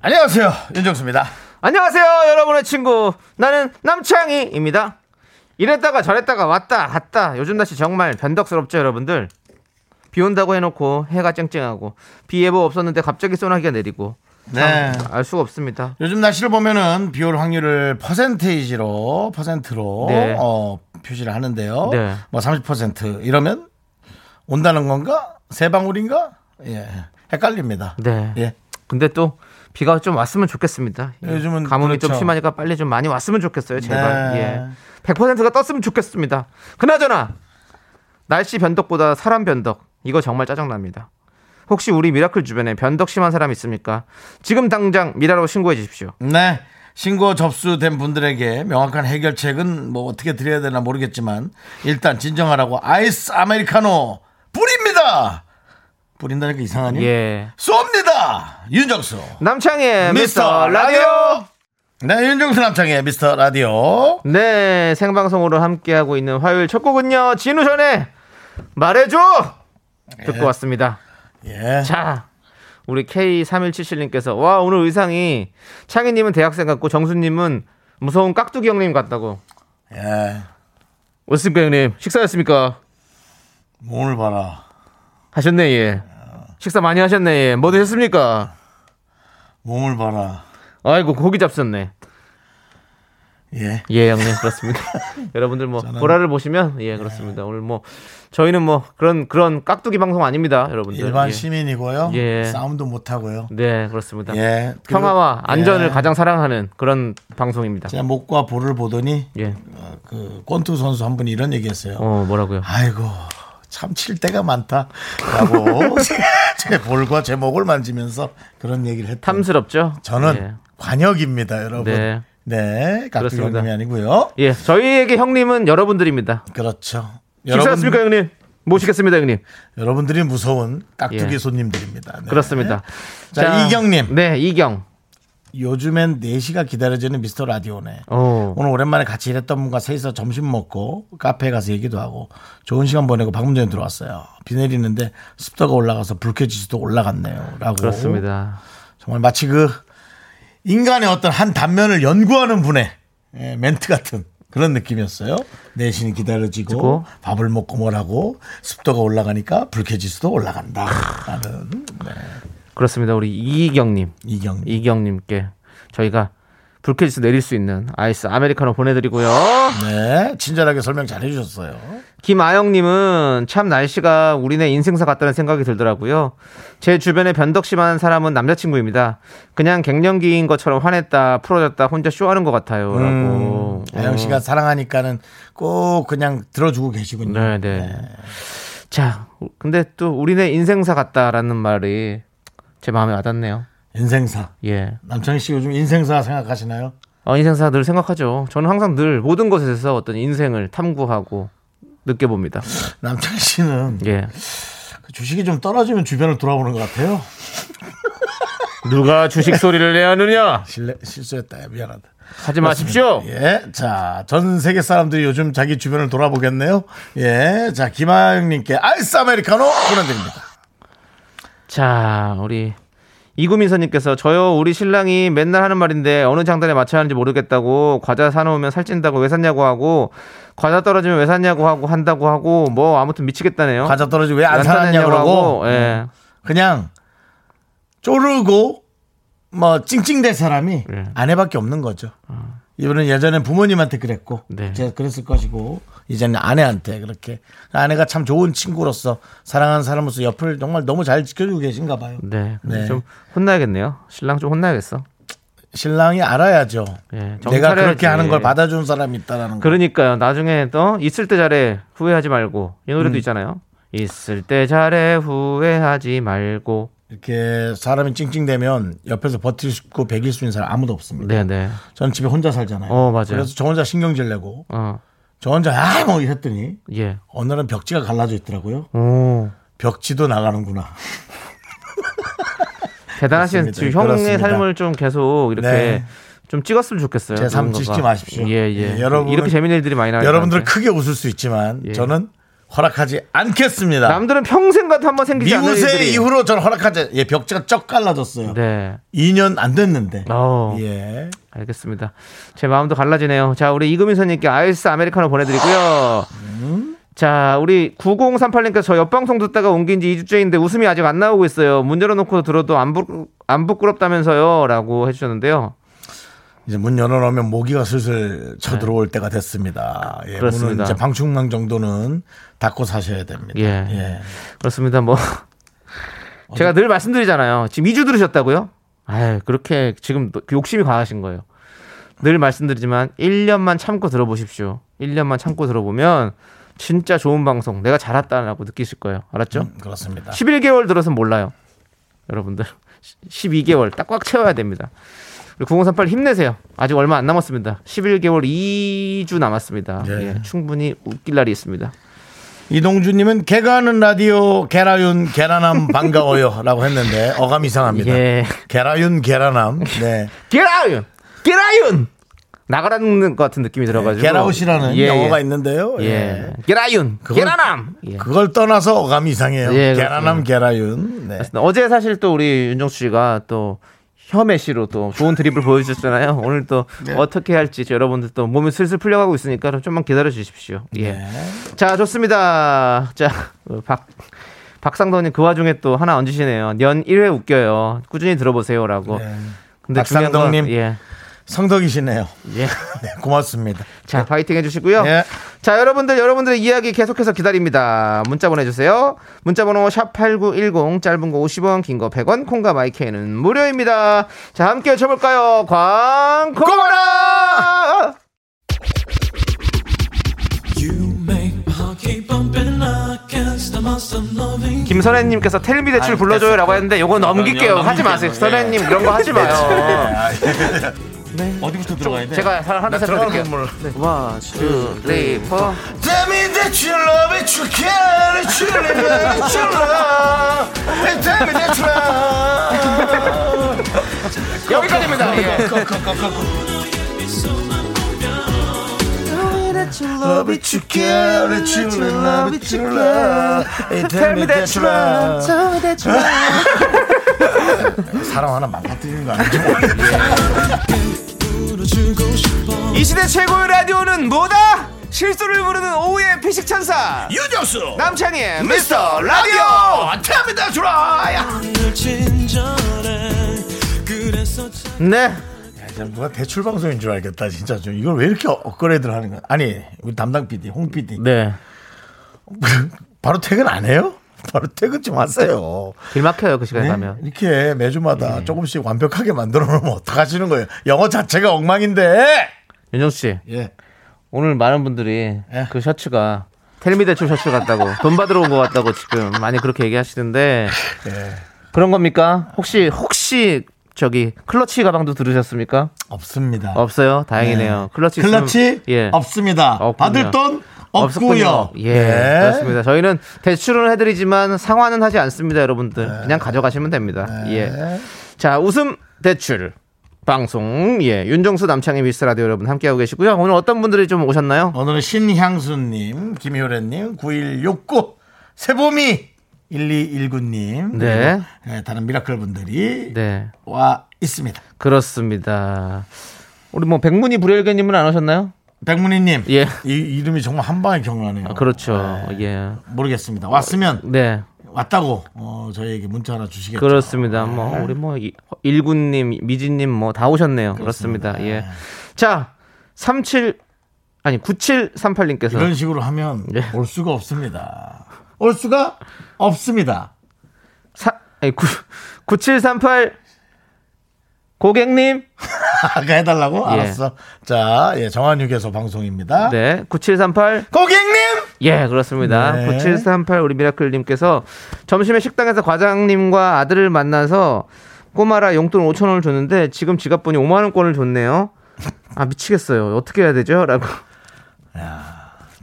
안녕하세요 윤정수입니다 안녕하세요, 여러분의 친구. 나는 남창희입니다. 이랬다가 저랬다가 왔다 갔다. 요즘 날씨 정말 변덕스럽죠, 여러분들? 비 온다고 해놓고 해가 쨍쨍하고 비 예보 없었는데 갑자기 소나기가 내리고 네 알 수가 없습니다. 요즘 날씨를 보면은 비올 확률을 퍼센테이지로 퍼센트로 네. 어, 표시를 하는데요 네. 뭐 30% 이러면 온다는 건가 세 방울인가 예 헷갈립니다 네. 예 근데 또 비가 좀 왔으면 좋겠습니다. 예. 요즘은 가뭄이 그렇죠. 좀 심하니까 빨리 좀 많이 왔으면 좋겠어요. 제발. 네. 예. 100%가 떴으면 좋겠습니다. 그나저나 날씨 변덕보다 사람 변덕 이거 정말 짜증납니다. 혹시 우리 미라클 주변에 변덕 심한 사람 있습니까? 지금 당장 미라로 신고해 주십시오. 네. 신고 접수된 분들에게 명확한 해결책은 뭐 어떻게 드려야 되나 모르겠지만 일단 진정하라고 아이스 아메리카노 뿌립니다. 뿌린다는 게 이상하니? 예. 쏩니다. 윤정수. 남창의 미스터 미스터 라디오. 라디오. 네, 윤정수 남창의 미스터 라디오. 네, 생방송으로 함께하고 있는 화요일 첫 곡은요. 진우션의 말해줘 듣고 왔습니다. 예. 자, 우리 K3177님께서 와 오늘 의상이 창희님은 대학생 같고 정수님은 무서운 깍두기 형님 같다고. 예. 어습니까 형님 식사하셨습니까? 몸을 봐라. 하셨네 예. 식사 많이 하셨네 예. 뭐 드셨습니까? 몸을 봐라. 아이고 고기 잡수셨네. 예. 예 형님 그렇습니다. 여러분들 뭐 보라를 보시면 예 네. 그렇습니다. 오늘 뭐 저희는 뭐 그런 그런 깍두기 방송 아닙니다 여러분들. 일반 예. 시민이고요. 예. 싸움도 못 하고요. 네 그렇습니다. 예. 그리고- 평화와 안전을 예. 가장 사랑하는 그런 방송입니다. 제가 목과 볼을 보더니 예. 어, 그 권투 선수 한 분이 이런 얘기했어요. 어 뭐라고요? 아이고 참 칠 때가 많다라고 제 볼과 제 목을 만지면서 그런 얘기를 했다. 탐스럽죠? 저는 예. 관역입니다, 여러분. 네. 네, 깍두기 그렇습니다. 형님이 아니고요. 예, 저희에게 형님은 여러분들입니다. 그렇죠. 식사하셨습니까, 여러분, 형님? 모시겠습니다, 형님. 여러분들이 무서운 깍두기 예. 손님들입니다. 네. 그렇습니다. 자, 이경님. 네, 이경. 요즘엔 4시가 기다려지는 미스터 라디오네. 오. 오늘 오랜만에 같이 일했던 분과 셋이서 점심 먹고 카페에 가서 얘기도 하고 좋은 시간 보내고 방금 전에 들어왔어요. 비 내리는데 습도가 올라가서 불쾌지수도 올라갔네요. 라고. 그렇습니다. 정말 마치 그 인간의 어떤 한 단면을 연구하는 분의 예, 멘트 같은 그런 느낌이었어요. 내신이 기다려지고 그리고 밥을 먹고 뭘 하고 습도가 올라가니까 불쾌지수도 올라간다. 라는 네, 그렇습니다. 우리 이경님. 이경. 이경님께 저희가 불쾌지수 내릴 수 있는 아이스 아메리카노 보내드리고요. 네, 친절하게 설명 잘 해주셨어요. 김아영님은 참 날씨가 우리네 인생사 같다는 생각이 들더라고요. 제 주변에 변덕 심한 사람은 남자친구입니다. 그냥 갱년기인 것처럼 화냈다, 풀어졌다, 혼자 쇼하는 것 같아요. 라고. 음, 아영 씨가 사랑하니까는 꼭 그냥 들어주고 계시군요. 네, 네. 자, 근데 또 우리네 인생사 같다라는 말이 제 마음에 와닿네요. 인생사. 예. 남창희 씨 요즘 인생사 생각하시나요? 어, 인생사 늘 생각하죠. 저는 항상 늘 모든 것에서 어떤 인생을 탐구하고 느껴봅니다. 남창희 씨는 예. 그 주식이 좀 떨어지면 주변을 돌아보는 것 같아요. 누가 아, 주식 소리를 내야 하느냐? 실례, 실수했다. 미안하다. 하지 마십시오. 예. 자, 전 세계 사람들이 요즘 자기 주변을 돌아보겠네요. 예. 자, 김하영님께 아이스 아메리카노 보내드립니다. 자, 우리 이구민 선님께서 저요 우리 신랑이 맨날 하는 말인데 어느 장단에 맞춰야 하는지 모르겠다고 과자 사놓으면 살찐다고 왜 샀냐고 하고 과자 떨어지면 왜 샀냐고 하고 한다고 하고 뭐 아무튼 미치겠다네요. 과자 떨어지 왜 안 사놨냐고 그러고 네. 예. 그냥 쪼르고 뭐 찡찡대 사람이 예. 어. 아내밖에 없는 거죠. 이분은 예전에 부모님한테 그랬고 네. 제가 그랬을 것이고 이제는 아내한테 그렇게 아내가 참 좋은 친구로서 사랑하는 사람으로서 옆을 정말 너무 잘 지켜주고 계신가 봐요. 네. 네. 좀 혼나야겠네요. 신랑 좀 혼나야겠어. 신랑이 알아야죠. 예, 정찰해야지. 예. 내가 그렇게 하는 걸 받아준 사람이 있다라는 거. 그러니까요. 나중에 또 있을 때 잘해 음. 후회하지 말고 이 노래도 있잖아요. 있을 때 잘해 후회하지 말고 이렇게 사람이 찡찡대면 옆에서 버틸 수 있고 배길 수 있는 사람 아무도 없습니다. 네네. 저는 집에 혼자 살잖아요. 어, 맞아요. 그래서 저 혼자 신경질 내고 어, 저 혼자 아뭐 했더니 예. 오늘은 벽지가 갈라져 있더라고요. 오. 벽지도 나가는구나. 대단하신 그렇습니다. 지금 형의 그렇습니다. 삶을 좀 계속 이렇게 네. 좀 찍었으면 좋겠어요. 제삶 누군가가. 찍지 마십시오. 예, 예, 예. 여러분은- 이렇게 재밌는 일들이 많이 나요. 여러분들 크게 웃을 수 있지만 예. 저는 허락하지 않겠습니다. 남들은 평생 같아 한번 생기지 않는 미우새 일들이. 이후로 저는 허락하지 예 벽지가 쩍 갈라졌어요. 네. 2년 안 됐는데. 어. 예. 알겠습니다. 제 마음도 갈라지네요. 자, 우리 이금희 선님께 아이스 아메리카노 보내드리고요. 자, 우리 9038님께서 저 옆방송 듣다가 옮긴 지 2주째인데 웃음이 아직 안 나오고 있어요. 문 열어놓고 들어도 안, 부, 안 부끄럽다면서요. 라고 해주셨는데요. 이제 문 열어놓으면 모기가 슬슬 쳐들어올 때가 됐습니다. 예, 문은 네. 그렇습니다. 이제 방충망 정도는 닫고 사셔야 됩니다. 예. 예. 그렇습니다. 뭐. 제가 늘 말씀드리잖아요. 지금 2주 들으셨다고요? 아유, 그렇게 지금 또 욕심이 과하신 거예요. 늘 말씀드리지만 1년만 참고 들어보십시오. 1년만 참고 들어보면 진짜 좋은 방송, 내가 잘했다라고 느끼실 거예요. 알았죠? 음, 그렇습니다. 11개월 들어서 몰라요. 여러분들. 12개월 딱 꽉 채워야 됩니다. 우리 9038 힘내세요. 아직 얼마 안 남았습니다. 11개월 2주 남았습니다. 예. 예, 충분히 웃길 날이 있습니다. 이동주님은 개가하는 라디오 게라윤 게라남 반가워요라고 했는데 어감 이상합니다. 예. 게라윤 게라남. 네. 게라윤! 게라윤! 나가라는 것 같은 느낌이 들어가지고. 게라웃이라는 예, 영어가 예. 있는데요. 예. 예. 게라윤! 게라남! 예. 그걸 떠나서 어감이 이상해요. 예, 게라남 게라윤. 네. 맞습니다. 어제 사실 또 우리 윤정수 씨가 또 혐의 씨로 또 좋은 드립을 보여주셨잖아요. 오늘 또 네. 어떻게 할지 여러분들 또 몸이 슬슬 풀려가고 있으니까 좀 좀만 기다려 주십시오. 예. 네. 자, 좋습니다. 자, 어, 박 박상도님 그 와중에 또 하나 얹으시네요. 연 1회 웃겨요. 꾸준히 들어보세요라고. 근데 중요한 건- 네. 박상덕님. 예. 성덕이시네요. 예. 네, 고맙습니다. 자, 파이팅 해주시고요. 예. 자, 여러분들, 여러분들의 이야기 계속해서 기다립니다. 문자 보내주세요. 문자번호 샵8910, 짧은 거 50원, 긴 거 100원, 콩과 마이케이는 무료입니다. 자, 함께 외쳐볼까요? 광고라! 김선혜님께서 텔미대출 불러줘요 라고 했는데 요거 아, 넘길게요. 하지 마세요. 선혜님 이런 거 하지 마요. 어디부터 들어가야 돼? 제가 네. 하나 셋 드릴게요. 네. 원, 투, 쓰리, 포. Tell me that you love it, you care it, you live it, you love it. Tell me that you love it. 아, 여기까지입니다. 네. 예. Love it, you care it, you love it, you love it. Tell me that you love it. 사람 하나 망가뜨리는 거 아니죠? 이 시대 최고의 라디오는 뭐다? 실수를 부르는 오후의 피식 천사 유정수 남창희의 미스터 라디오 Tell me that you love 네 it. 누가 대출 방송인 줄 알겠다 진짜 좀 이걸 왜 이렇게 업그레이드를 하는 거야 아니 우리 담당 PD 홍 PD 네. 바로 퇴근 안 해요? 바로 퇴근 좀 하세요. 길 막혀요 그 시간에 네? 가면 음. 이렇게 매주마다 조금씩 완벽하게 만들어 놓으면 어떡하시는 거예요? 영어 자체가 엉망인데. 윤정수 씨 예. 오늘 많은 분들이 예. 그 셔츠가 텔미 대출 셔츠 같다고 돈 받으러 온 것 같다고 지금 많이 그렇게 얘기하시는데 예. 그런 겁니까? 혹시 혹시 저기 클러치 가방도 들으셨습니까? 없습니다. 없어요 다행이네요 클러치 있으면- 클러치 예. 없습니다. 없군요. 받을 돈 없고요. 네. 없었군요. 어, 예, 그렇습니다. 저희는 대출은 해드리지만 상환은 하지 않습니다, 여러분들. 그냥 가져가시면 됩니다. 예. 자, 웃음 대출 방송. 예, 윤정수 남창희 미스 라디오 여러분 함께하고 계시고요. 오늘 어떤 분들이 좀 오셨나요? 오늘은 신향수님, 김효래님, 9169, 세보미, 1219님. 네. 예, 다른 미라클 분들이 네, 와 있습니다. 그렇습니다. 우리 뭐 백문이 불여일견님은 안 오셨나요? 백문희님. 예. 이 이름이 정말 한 방에 경하네요. 아, 그렇죠. 예. 모르겠습니다. 왔으면 네, 왔다고 어, 저희에게 문자 하나 주시겠죠. 그렇습니다. 뭐 우리 뭐 이- 일군님, 미진님 뭐 다 오셨네요. 그렇습니다. 예. 자, 37 아니 9738님께서 이런 식으로 하면 예. 올 수가 없습니다. 올 수가 없습니다. 사, 아니, 9, 9738 고객님. 아까 해달라고 예. 알았어. 자, 예, 정한휴게소 방송입니다. 네. 9738 고객님 네, 예, 그렇습니다. 네. 9738 우리 미라클님께서 점심에 식당에서 과장님과 아들을 만나서 꼬마라 용돈 5천 원을 줬는데 지금 지갑 보니 5만 원권을 줬네요. 아 미치겠어요. 어떻게 해야 되죠? 라고.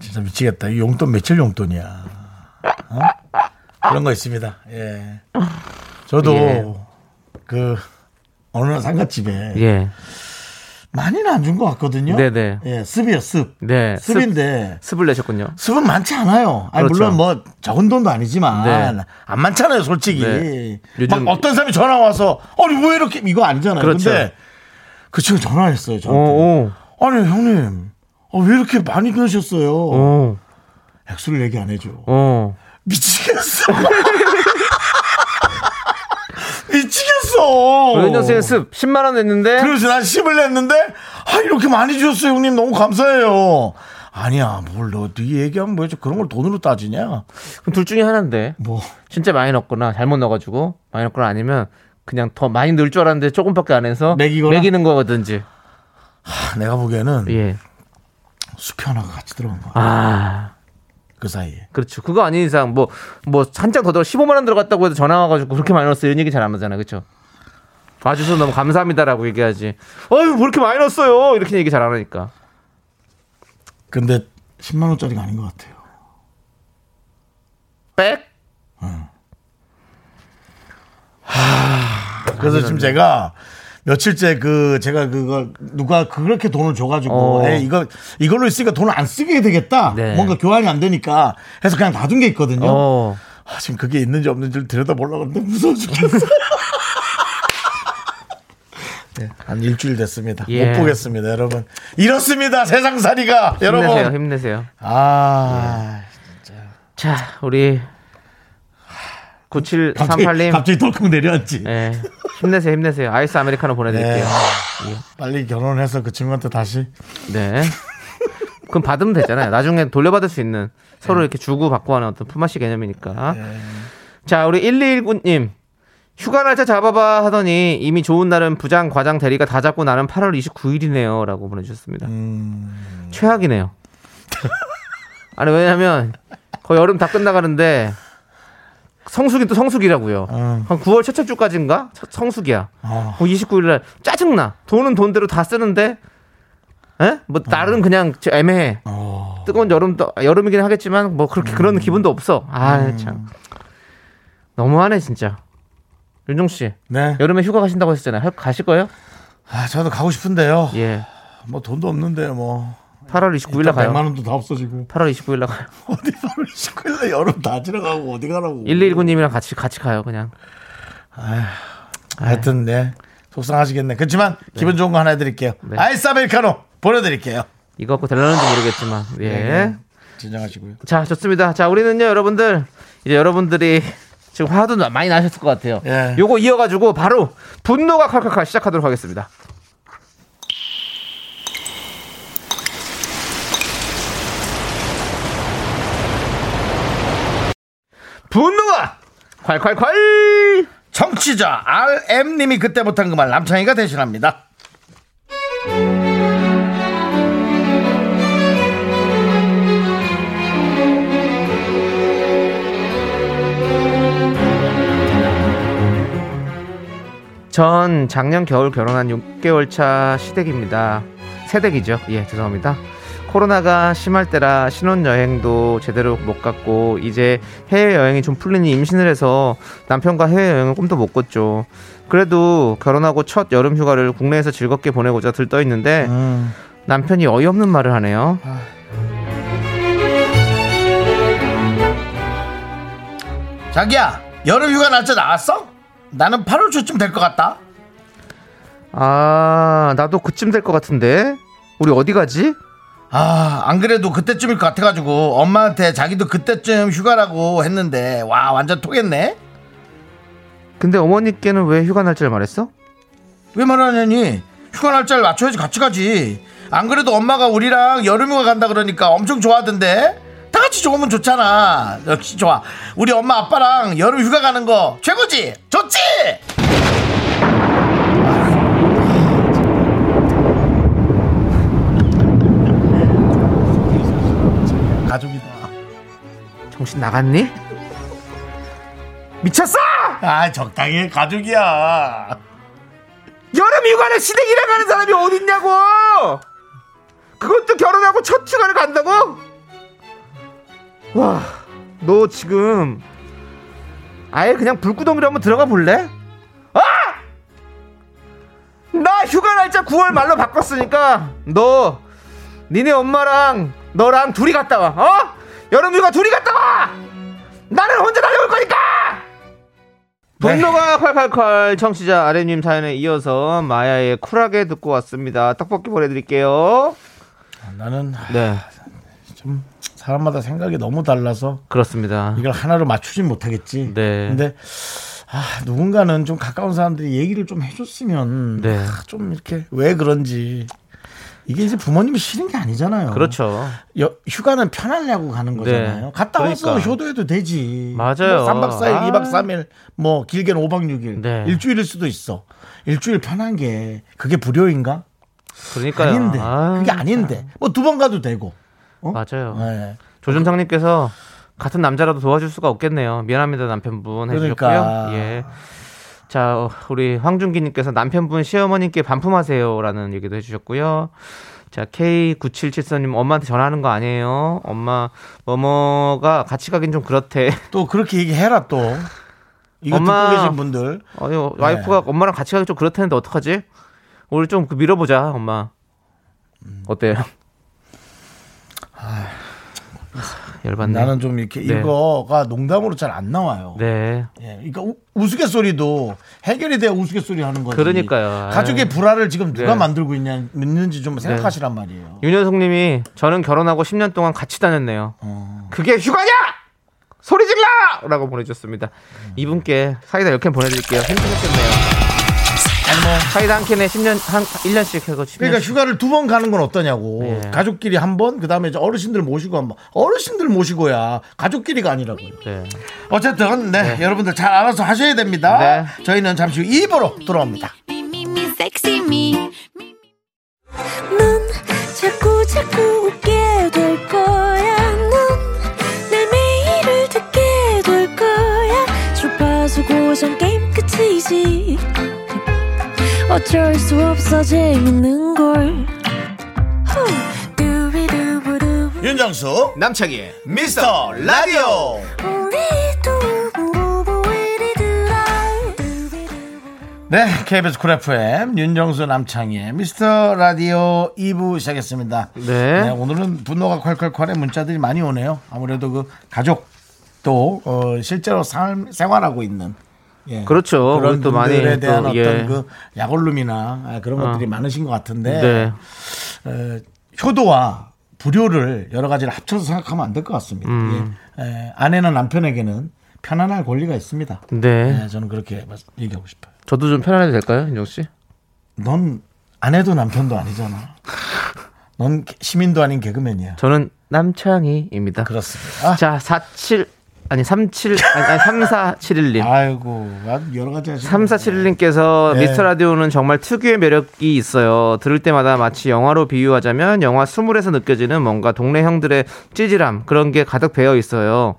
진짜 미치겠다. 이 용돈 며칠 용돈이야. 어? 그런 거 있습니다. 예. 저도 예. 그 어느 상가집에 예. 많이는 안 준 것 같거든요. 네네. 예, 습이요 습. 네. 습인데 습을 내셨군요. 습은 많지 않아요. 아니 그렇죠. 물론 뭐 적은 돈도 아니지만 네. 안 많잖아요, 솔직히. 네. 막 요즘- 어떤 사람이 전화 와서 아니 왜 이렇게 이거 아니잖아요. 그렇죠. 근데 그 친구 전화했어요. 저한테. 오, 아니 형님, 아, 왜 이렇게 많이 드셨어요? 어. 오, 오, 액수를 얘기 안 해줘. 오. 미치겠어. 미치겠어. 연수의습 10만 원 냈는데 그래서 난 10을 냈는데, 아, 이렇게 많이 주셨어요, 형님. 너무 감사해요. 아니야, 뭘, 너, 네 얘기하면 뭐야. 그런 걸 돈으로 따지냐? 그럼 둘 중에 하나인데 뭐, 진짜 많이 넣거나 잘못 넣어가지고 많이 넣거나 아니면 그냥 더 많이 넣을 줄 알았는데 조금밖에 안 해서 먹이거나? 먹이는 거든지. 아, 내가 보기에는 예. 수표 하나가 같이 들어간 거야. 아. 그 사이에. 그렇죠. 그거 아닌 이상 뭐 뭐 한 장 더 들어 15만 원 들어갔다고 해서 전화 와가지고 그렇게 많이 넣었어 이런 얘기 잘 안 하잖아, 그렇죠? 봐주셔서 너무 감사합니다라고 얘기하지. 어유 왜 이렇게 많이 넣었어요? 이렇게 얘기 잘 안 하니까. 근데 10만원짜리가 아닌 것 같아요. 백? 그래서 지금 제가 며칠째 그 제가 그걸 누가 그렇게 돈을 줘가지고 어. 에이 이거 이걸로 있으니까 돈을 안 쓰게 되겠다 네. 뭔가 교환이 안 되니까 해서 그냥 놔둔 게 있거든요 어. 아, 지금 그게 있는지 없는지를 들여다보려고 하는데 무서워 죽겠어요 네, 한 일주일 됐습니다 예. 못 보겠습니다 여러분 이렇습니다 세상살이가 여러분 힘내세요, 힘내세요. 아 자, 우리 갑자기, 9738님. 갑자기 덜컥 내려앉지 예. 힘내세요, 힘내세요. 아이스 아메리카노 보내드릴게요. 빨리 결혼해서 그 친구한테 다시 네. 그럼 받으면 되잖아요. 나중에 돌려받을 수 있는 서로 이렇게 주고 받고 하는 어떤 품앗이 개념이니까. 네. 자, 우리 1219님. 휴가 날짜 잡아봐 하더니 이미 좋은 날은 부장, 과장, 대리가 다 잡고 나는 8월 29일이네요. 라고 보내주셨습니다. 음. 최악이네요. 아니, 왜냐면 거의 여름 다 끝나가는데 성수기 또 성수기라고요. 음. 한 9월 첫째 주까지인가? 첫- 성수기야. 어. 29일날 짜증나. 돈은 돈대로 다 쓰는데 에? 뭐 날은 그냥 저- 애매해. 어. 뜨거운 여름도 여름이긴 하겠지만 뭐 그렇게 그런 음. 기분도 없어. 아 참. 너무하네 진짜. 윤종 씨 네. 여름에 휴가 가신다고 하셨잖아요. 할- 가실 거예요? 아, 저도 가고 싶은데요. 예. 뭐 돈도 없는데 뭐 8월 29일 날 가요. 100만 원도 다 없어지고 8월 29일 날 가요. 어디 바로 19일에 여름 다 지나가고 어디 가라고. 1219님이랑 같이 같이 가요 그냥. 하여튼 네 속상하시겠네. 그렇지만 기분 좋은 거 하나 해드릴게요. 네. 아이스 아메리카노 보내드릴게요. 이거 갖고 되려는지 모르겠지만 예. 네. 진정하시고요. 자 좋습니다. 자 우리는요 여러분들 이제 여러분들이 지금 화도 나- 많이 나셨을 것 같아요. 예. 요거 이어가지고 바로 분노가 칼칼칼 시작하도록 하겠습니다. 분노가 콸콸콸 청취자 RM님이 그때 못한 그 말 남창희가 대신합니다. 전 작년 겨울 결혼한 6개월 차 시댁입니다. 새댁이죠. 예, 죄송합니다. 코로나가 심할 때라 신혼여행도 제대로 못 갔고 이제 해외여행이 좀 풀리니 임신을 해서 남편과 해외여행을 꿈도 못 꿨죠. 그래도 결혼하고 첫 여름 휴가를 국내에서 즐겁게 보내고자 들떠 있는데 음. 남편이 어이없는 말을 하네요. 자기야 여름 휴가 날짜 나왔어? 나는 8월 초쯤 될 것 같다. 아, 나도 그쯤 될 것 같은데. 우리 어디 가지? 아, 안 그래도 그때쯤일 것 같아가지고 엄마한테 자기도 그때쯤 휴가라고 했는데 와 완전 토겠네. 근데 어머니께는 왜 휴가 날짜를 말했어? 왜 말하냐니 휴가 날짜를 맞춰야지 같이 가지 안 그래도 엄마가 우리랑 여름휴가 간다 그러니까 엄청 좋아하던데 다 같이 좋으면 좋잖아 역시 좋아 우리 엄마 아빠랑 여름휴가 가는 거 최고지 좋지 가족이다 정신 나갔니? 미쳤어! 아 적당히 해, 가족이야. 여름 휴가를 시댁 일해가는 사람이 어딨냐고! 그것도 결혼하고 첫 휴가를 간다고? 와, 너 지금 아예 그냥 불구덩이로 한번 들어가 볼래? 아! 나 휴가 날짜 9월 말로 바꿨으니까 너 니네 엄마랑 너랑 둘이 갔다 와, 어? 여름 휴가 둘이 갔다 와! 나는 혼자 다녀올 거니까! 네. 분노가 콸콸콸 청취자 아래님 사연에 이어서 마야의 쿨하게 듣고 왔습니다. 떡볶이 보내드릴게요. 나는 네, 좀 사람마다 생각이 너무 달라서 그렇습니다. 이걸 하나로 맞추진 못하겠지. 네. 근데 아, 누군가는 좀 가까운 사람들이 얘기를 좀 해줬으면 네. 아, 좀 이렇게 왜 그런지 이게 이제 부모님이 싫은 게 아니잖아요. 그렇죠. 네. 여- 휴가는 편하려고 가는 거잖아요. 갔다 와서 그러니까. 효도해도 되지. 맞아요. 뭐 3박 4일, 아. 2박 3일, 뭐 길게는 5박 6일. 네. 일주일일 수도 있어. 일주일 편한 게 그게 불효인가? 그러니까요. 아닌데. 아, 그게 아닌데. 뭐 두 번 가도 되고. 어? 맞아요. 네. 조준상님께서 같은 남자라도 도와줄 수가 없겠네요. 미안합니다 남편분 해주셨고요. 그러니까. 예. 자 어, 우리 황준기님께서 남편분 시어머님께 반품하세요라는 얘기도 해주셨고요. 자 K9774님 엄마한테 전화하는 거 아니에요. 엄마 뭐뭐가 같이 가긴 좀 그렇대. 또 그렇게 얘기해라 또. 이거 엄마. 듣고 계신 분들. 아니 와이프가 네. 엄마랑 같이 가기 좀 그렇다는데 어떡하지? 우리 좀 그 밀어보자 엄마. 어때요? 열받네. 나는 좀 이렇게 네. 이거가 농담으로 잘 안 나와요. 네. 예, 그러니까 우, 우스갯소리도 해결이 돼야 우스갯소리 하는 거지. 그러니까요. 가족의 아유. 불화를 지금 누가 네. 만들고 있냐, 있는지 좀 생각하시란 말이에요. 윤현숙님이 저는 결혼하고 10년 동안 같이 다녔네요. 어. 그게 휴가냐? 소리 질러!라고 보내주셨습니다. 이분께 사이다 10캔 보내드릴게요. 힘드셨겠네요. 사이다 한 캔에 10년 한 1년씩 해서 뭐, 10년. 그러니까 휴가를 두 번 가는 건 어떠냐고. 네. 가족끼리 한 번, 그 다음에 어르신들 모시고 한 번. 어르신들 모시고야 가족끼리가 아니라고요. 네. 어쨌든, 네, 여러분들 잘 알아서 하셔야 됩니다. 네. 저희는 잠시 후 입으로 돌아옵니다. Me, me, me, sexy me. Me, me. 넌 자꾸 자꾸 웃게 될 거야. 넌내 매일을 듣게 될 거야. 주파수 고정 게임 끝이지. 어쩔 수 없어 재밌는 걸. 후. 두비두부두. 윤정수, 남창희의 미스터 라디오. 우리 두부부부 우리 두라. 두비두부. 네, KBS 쿨 FM 윤정수 남창희의 미스터 라디오 2부 시작했습니다. 네. 오늘은 분노가 콸콸콸의 문자들이 많이 오네요. 아무래도 그 가족 또 어, 실제로 삶 생활하고 있는 예, 그렇죠. 그런 우리 또 분들에 많이 또, 대한 어떤 예. 어. 그 약올름이나 아, 그런 것들이 많으신 것 같은데 네. 에, 효도와 불효를 여러 가지를 합쳐서 생각하면 안 될 것 같습니다. 음. 예. 에, 아내나 남편에게는 편안할 권리가 있습니다. 네. 예, 저는 그렇게 말- 얘기하고 싶어요. 저도 좀 편안해도 될까요, 인정 씨? 넌 아내도 남편도 아니잖아. 넌 시민도 아닌 개그맨이야. 저는 그렇죠. 남창희입니다. 그렇습니다. 자, 47 아니 37 아니, 아니 3471님. 아이고, 아, 여러 가지 하시네. 3471님께서 예. 미스터 라디오는 정말 특유의 매력이 있어요. 들을 때마다 마치 영화로 비유하자면 영화 스물에서 느껴지는 뭔가 동네 형들의 찌질함 그런 게 가득 배어 있어요.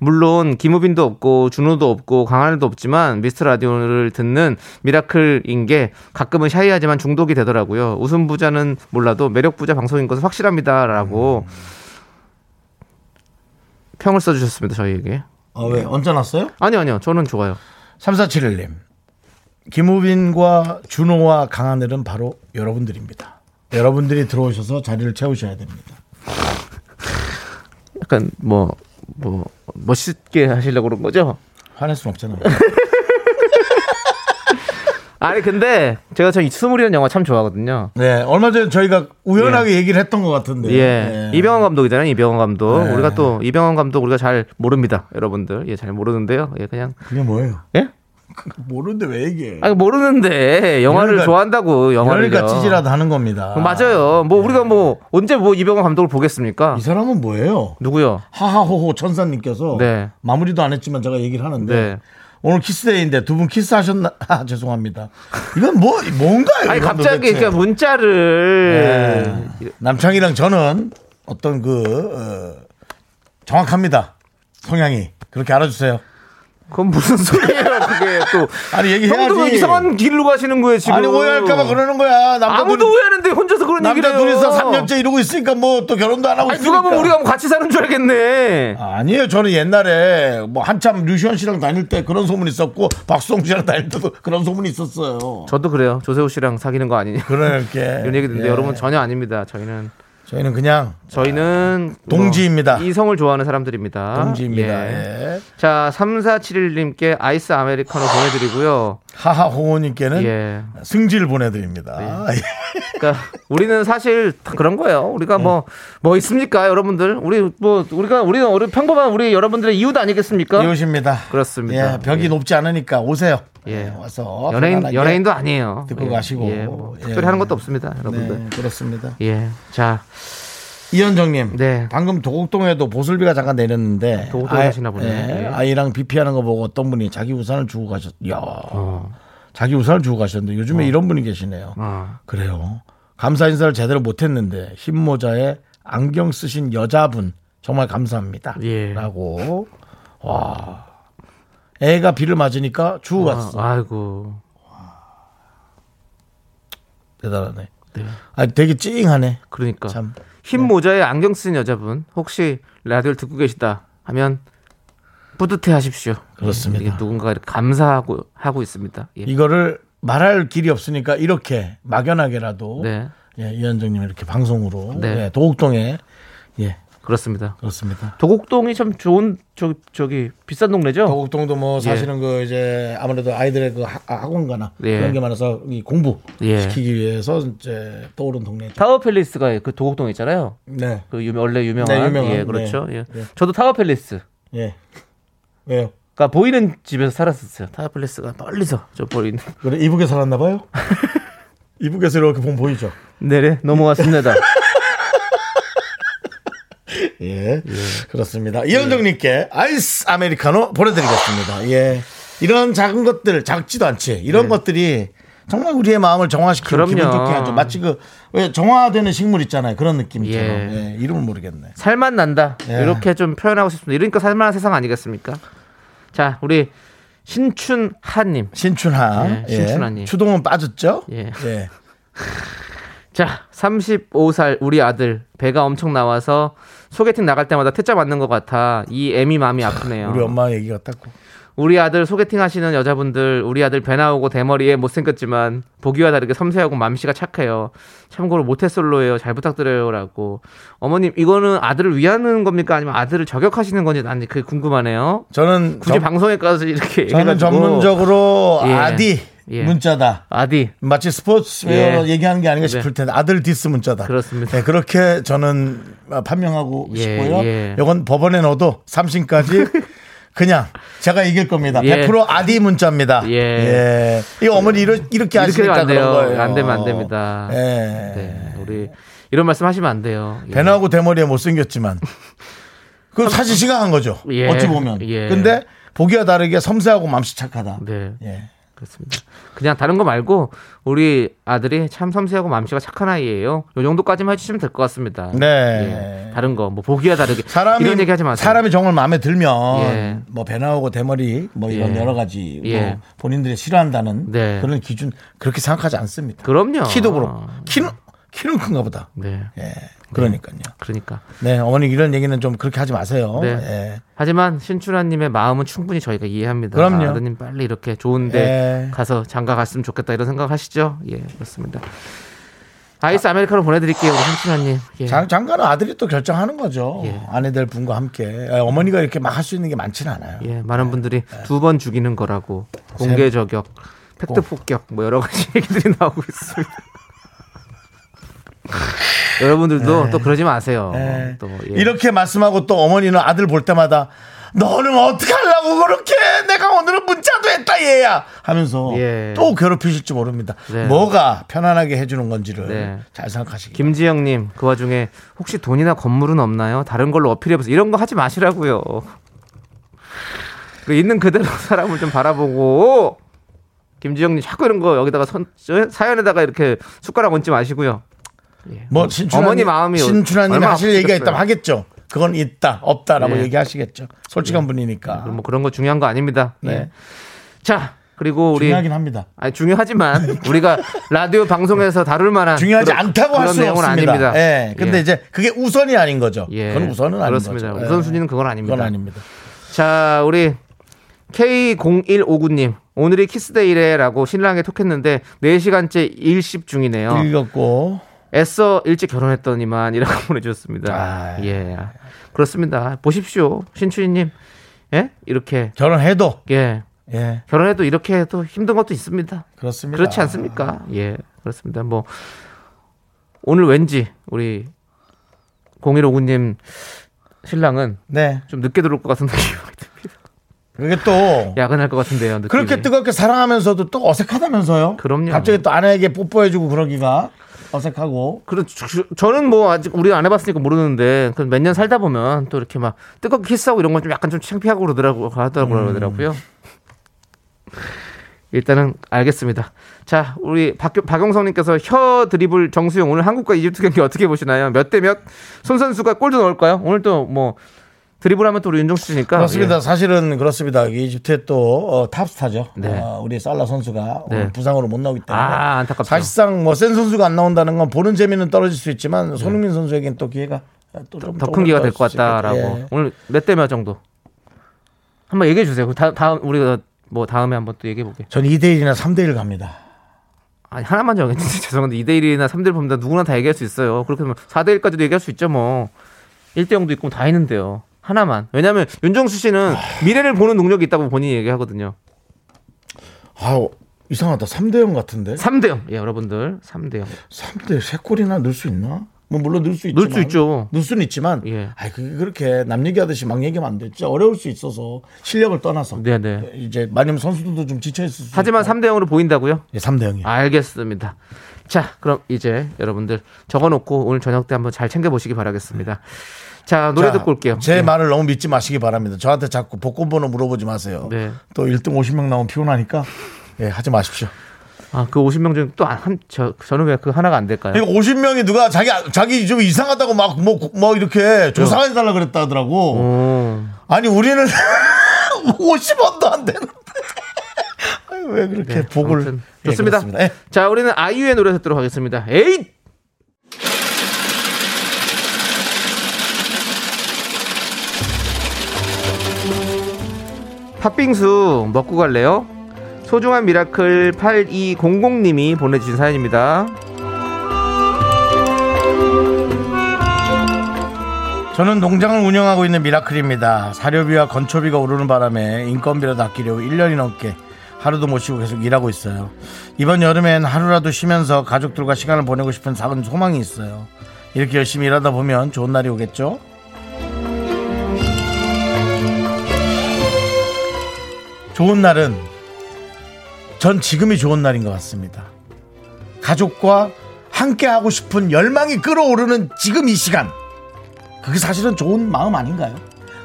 물론 김우빈도 없고 준호도 없고 강한일도 없지만 미스터 라디오를 듣는 미라클인 게 가끔은 샤이하지만 중독이 되더라고요. 웃음 부자는 몰라도 매력 부자 방송인 것은 확실합니다라고 평을 써주셨습니다 저희에게. 어, 왜? 얹어놨어요? 아니요 아니요 저는 좋아요. 3471님. 김우빈과 준호와 강하늘은 바로 여러분들입니다. 여러분들이 들어오셔서 자리를 채우셔야 됩니다. 약간 뭐, 뭐, 멋있게 하시려고 그런 거죠? 화낼 순 없잖아요. 아니, 근데 제가 저이 스물이라는 영화 참 좋아하거든요. 네, 얼마 전에 저희가 우연하게 얘기를 했던 것 같은데. 예. 예. 이병헌 감독이잖아요, 이병헌 감독. 네. 우리가 또 이병헌 감독 우리가 잘 모릅니다, 여러분들. 예, 잘 모르는데요. 예, 그냥. 그게 뭐예요? 예? 모르는데 왜 얘기해? 아니, 모르는데 영화를 그러니까- 좋아한다고 영화를. 그러니까 찌질하다 하는 겁니다. 맞아요. 뭐 우리가 뭐 언제 뭐 이병헌 감독을 보겠습니까? 이 사람은 뭐예요? 누구요? 하하호호 천사님께서 네. 마무리도 안 했지만 제가 얘기를 하는데 네. 오늘 키스데이인데 두 분 키스하셨나? 아, 죄송합니다. 이건 뭐 뭔가요? 아니 이건 갑자기 네. 도대체? 그러니까 문자를 네. 남창이랑 저는 어떤 그 어, 정확합니다. 성향이 그렇게 알아주세요. 그건 무슨 소리예요, 그게 또. 아니 형도 왜 얘기해야지. 이상한 길로 가시는 거예요, 지금. 아니 오해할까봐 그러는 거야. 남자 아무도 둘이- 오해하는데 혼자서 그런 남자 얘기를 해요. 둘이서 3년째 이러고 있으니까 뭐 또 결혼도 안 하고 아니, 있으니까. 누가 보면 우리가 뭐 같이 사는 줄 알겠네. 아니에요. 저는 옛날에 뭐 한참 류시원 씨랑 다닐 때 그런 소문이 있었고 박수홍 씨랑 다닐 때도 그런 소문이 있었어요. 저도 그래요. 조세호 씨랑 사귀는 거 아니냐. 그렇게 이런 얘기 듣는데 예. 여러분 전혀 아닙니다. 저희는 저희는 그냥 저희는 아, 동지입니다. 뭐 이성을 좋아하는 사람들입니다. 동지입니다. 예. 예. 자, 3471님께 아이스 아메리카노 보내드리고요. 하하홍호님께는 예. 승질 보내드립니다. 아, 예. 그러니까 우리는 사실 다 그런 거예요. 우리가 뭐 네. 뭐 있습니까, 여러분들? 우리 뭐 우리가 우리는 어려- 평범한 우리 여러분들의 이웃 아니겠습니까? 이웃입니다. 그렇습니다. 예, 벽이 예. 높지 않으니까 오세요. 예. 예, 와서 연예인 편안하게. 연예인도 아니에요. 듣고 예. 가시고. 예, 뭐 예. 특별히 하는 것도 없습니다, 여러분들. 네, 그렇습니다. 예, 자 이현정님, 네. 방금 도곡동에도 보슬비가 잠깐 내렸는데 도곡동에 아이- 가시나 보네. 예. 아이랑 비피하는 거 보고 어떤 분이 자기 우산을 주고 가셨. 야, 자기 우산을 주고 가셨는데 요즘에 이런 분이 계시네요. 어. 그래요. 감사 인사를 제대로 못했는데 흰 모자에 안경 쓰신 여자분 정말 감사합니다. 예. 라고 와 애가 비를 맞으니까 주고 갔어. 아, 아이고, 대단하네. 네. 아 되게 찡하네. 그러니까 참. 네. 흰 모자에 안경 쓴 여자분 혹시 라디오를 듣고 계시다 하면 뿌듯해 하십시오. 예, 그렇습니다. 이게 누군가 이렇게 감사하고 하고 있습니다. 예. 이거를 말할 길이 없으니까 이렇게 막연하게라도 네, 예, 이현정님 이렇게 방송으로 네. 예, 도곡동에 예 그렇습니다. 그렇습니다. 도곡동이 참 좋은 저, 저기 비싼 동네죠. 도곡동도 뭐 사실은 그 이제 아무래도 아이들의 그 하- 학원가나 예. 그런 게 많아서 이 공부 예. 시키기 위해서 이제 떠오른 동네죠. 타워 팰리스가 그 도곡동 에 있잖아요. 네, 그 유, 원래 유명한, 네, 유명한, 예 그렇죠. 네. 예. 네. 저도 타워 팰리스. 예. 왜요? 가 그러니까 보이는 집에서 살았었어요. 타워 팰리스가 멀리서 저 보이는 그래 이북에 살았나 봐요? 이북에서 이렇게 보면 보이죠. 내래 네, 넘어왔습니다. 예. 그렇습니다. 이현정님께 아이스 아메리카노 보내드리겠습니다. 예. 이런 작은 것들, 작지도 않지. 이런 것들이 정말 우리의 마음을 정화시키고 그럼요. 기분 좋게 하죠. 마치 네. 그, 왜 정화되는 식물 있잖아요. 그런 느낌처럼. 예. 예. 이름은 모르겠네. 살만 난다. 예. 이렇게 좀 표현하고 싶습니다. 이러니까 살만한 세상 아니겠습니까? 자, 우리 신춘하님. 신춘하. 예, 신춘하님. 추동은 빠졌죠? 예. 예. 자, 35살 우리 아들 배가 엄청 나와서 소개팅 나갈 때마다 퇴짜 맞는 것 같아 이 애미 마음이 아프네요. 우리 엄마 얘기 같았고. 우리 아들 소개팅 하시는 여자분들 우리 아들 배 나오고 대머리에 못생겼지만 보기와 다르게 섬세하고 맘씨가 착해요 참고로 모태솔로예요 잘 부탁드려요라고 어머님 이거는 아들을 위하는 겁니까 아니면 아들을 저격하시는 건지 난 그게 궁금하네요 저는, 굳이 전- 방송에까지 이렇게 저는 얘기해가지고 전문적으로 예. 아디 예. 문자다. 아디 마치 스포츠웨어 예. 얘기하는 게 아닌가 싶을 텐데 아들 디스 문자다. 그렇습니다. 네, 그렇게 저는 아, 판명하고 예, 싶고요. 예. 이건 법원에 넣어도 3심까지 그냥 제가 이길 겁니다. 예. 100% 아디 문자입니다. 예. 이 어머니 이러, 이렇게 하시니까 되면 그런 안 돼요. 거예요. 안 되면 안 됩니다. 예. 네, 우리 이런 말씀 하시면 안 돼요 예. 배나하고 대머리에 못생겼지만 그 사실 시가 한 거죠. 예. 어찌 보면. 예. 근데 보기와 다르게 섬세하고 맘씨 착하다. 네 예. 그렇습니다. 그냥 다른 거 말고 우리 아들이 참 섬세하고 맘씨가 착한 아이예요. 요 정도까지만 해주시면 될 것 같습니다. 네. 예, 다른 거 뭐 보기와 다르게 사람이 이런 얘기하지 마세요. 사람이 정말 마음에 들면 예. 뭐 배 나오고 대머리 뭐 이런 예. 여러 가지 뭐 예. 본인들이 싫어한다는 네. 그런 기준 그렇게 생각하지 않습니다. 그럼요. 키도 그렇고 키는 키는 큰가 보다. 네. 예. 그러니까요. 그러니까. 네, 어머니 이런 얘기는 좀 그렇게 하지 마세요. 네. 예. 하지만 신춘하님의 마음은 충분히 저희가 이해합니다. 그럼요. 아드님 빨리 이렇게 좋은데 예. 가서 장가 갔으면 좋겠다 이런 생각하시죠? 예, 그렇습니다. 아이스 아메리카노 보내드릴게요, 우리 신춘하님. 예. 장, 장가는 아들이 또 결정하는 거죠. 예. 아내 될 분과 함께 예, 어머니가 이렇게 막 할 수 있는 게 많지는 않아요. 예, 네, 많은 분들이 두 번 죽이는 거라고 공개 저격, 팩트 폭격 뭐 여러 가지 얘기들이 나오고 있습니다. 여러분들도 또 그러지 마세요. 예. 또 예. 네. 이렇게 말씀하고 또 어머니는 아들 볼 때마다 너는 어떻게 하려고 그렇게 해? 내가 오늘은 문자도 했다 얘야 하면서 예. 또 괴롭히실지 모릅니다. 네. 뭐가 편안하게 해주는 건지를 네. 잘 생각하시기. 김지영님 그 와중에 혹시 돈이나 건물은 없나요? 다른 걸로 어필해보세요. 이런 거 하지 마시라고요. 그 있는 그대로 사람을 좀 바라보고 김지영님 자꾸 이런 거 여기다가 선, 저- 사연에다가 이렇게 숟가락 얹지 마시고요. 예. 뭐 신춘하님, 어머니 마음이 신춘하님 얼마나 하실 얘기가 아프시겠어요. 있다면 하겠죠. 그건 있다, 없다라고 예. 얘기하시겠죠. 솔직한 분이니까. 뭐 그런 거 중요한 거 아닙니다. 네. 예. 자, 그리고 우리 중요하긴 합니다. 아니 중요하지만 우리가 라디오 방송에서 다룰 만한 중요하지 그런- 않다고 할 그런 수는 내용은 없습니다. 아닙니다. 예. 근데 예. 이제 그게 우선이 아닌 거죠. 예. 그건 우선은 아닌 그렇습니다. 거죠. 예. 우선순위는 그건 아닙니다. 그건 아닙니다. 자, 우리 K0159님. 오늘이 키스데이래라고 신랑에 톡했는데 4시간째 일십 중이네요. 읽었고 애써 일찍 결혼했더니만이라고 보내주셨습니다. 아. 예, 그렇습니다. 보십시오, 신추이님, 예, 이렇게 결혼해도 예, 예 결혼해도 이렇게 해도 힘든 것도 있습니다. 그렇습니다. 그렇지 않습니까? 예, 그렇습니다. 뭐 오늘 왠지 우리 0159님 신랑은 네. 좀 늦게 들어올 것 같은 느낌이 듭니다. 그게 또 야근할 것 같은데요. 느낌이. 그렇게 뜨겁게 사랑하면서도 또 어색하다면서요? 그럼요. 갑자기 또 아내에게 뽀뽀해주고 그러기가 어색하고 그런 주- 주- 저는 뭐 아직 우리가 안 해봤으니까 모르는데 몇 년 살다 보면 또 이렇게 막 뜨겁게 키스하고 이런 건 좀 약간 좀 창피하고 그러더라고 하더라고 음. 그러더라고요. 일단은 알겠습니다. 자, 우리 박, 박영성님께서 혀 드리블 정수영 오늘 한국과 이집트 경기 어떻게 보시나요? 몇 대 몇? 손 선수가 골도 넣을까요? 오늘 또 뭐 드리블하면 또 우리 윤종수 씨니까 그렇습니다. 예. 사 사실은 그렇습니다. 이집트의 또 어, 탑스타죠. 네. 어, 우리 살라 선수가 네. 오늘 부상으로 못 나오기 때문에 아 안타깝죠. 사실상 뭐 센 선수가 안 나온다는 건 보는 재미는 떨어질 수 있지만 손흥민 선수에겐 또 기회가 네. 예, 더 큰 기회가 될 것 같다라고 예. 오늘 몇 대 몇 정도 한번 얘기해 주세요. 그 다, 다음 우리가 뭐 다음에 한번 또 얘기해 볼게요. 전 2대 1이나 3대 1 갑니다. 아니 하나만 정했는데 죄송한데 2대 1이나 3대 1 보면 누구나 다 얘기할 수 있어요. 그렇게 되면 4대 1까지도 얘기할 수 있죠 뭐. 1대 0도 있고 다 했는데요. 하나만. 왜냐면 윤정수 씨는 미래를 보는 능력이 있다고 본인이 얘기하거든요. 아 이상하다. 3대 0 같은데. 3대 0. 예, 여러분들. 3대 0. 3대 세 골이나 넣을 수 있나? 뭐 물론 넣을 수 있지만 넣을 수 있죠. 넣을 수는 있지만 예. 아이 그 그렇게 남 얘기하듯이 막 얘기하면 안 되죠. 어려울 수 있어서 실력을 떠나서 네, 네. 이제 많으면 선수들도 좀 지쳐 있을 수. 예, 하지만 아, 3대 0으로 보인다고요? 3대 0이요. 알겠습니다. 자, 그럼 이제 여러분들 적어놓고 오늘 저녁 때 한번 잘 챙겨보시기 바라겠습니다. 자, 노래 자, 듣고 올게요. 제 예. 말을 너무 믿지 마시기 바랍니다. 저한테 자꾸 복권 번호 물어보지 마세요. 네. 또 1등 50명 나오면 피곤하니까 예, 하지 마십시오. 아, 그 50명 중에 또 한, 저, 저는 왜 그 하나가 안 될까요? 그리고 50명이 누가 자기 자기 좀 이상하다고 막 뭐 뭐 이렇게 조사해 달라 그랬다 하더라고. 오. 아니 우리는 50원도 안 되는데. 네, 아유, 왜 그렇게 복을 아무튼 좋습니다. 예, 그렇습니다. 예. 자, 우리는 아이유의 노래 듣도록 하겠습니다. 에잇! 팥빙수 먹고 갈래요? 소중한 미라클 8200님이 보내주신 사연입니다. 저는 농장을 운영하고 있는 미라클입니다. 사료비와 건초비가 오르는 바람에 인건비라도 아끼려고 1년이 넘게 하루도 못 쉬고 계속 일하고 있어요. 이번 여름엔 하루라도 쉬면서 가족들과 시간을 보내고 싶은 작은 소망이 있어요. 이렇게 열심히 일하다 보면 좋은 날이 오겠죠? 좋은 날은 전 지금이 좋은 날인 것 같습니다. 가족과 함께 하고 싶은 열망이 끌어오르는 지금 이 시간. 그게 사실은 좋은 마음 아닌가요?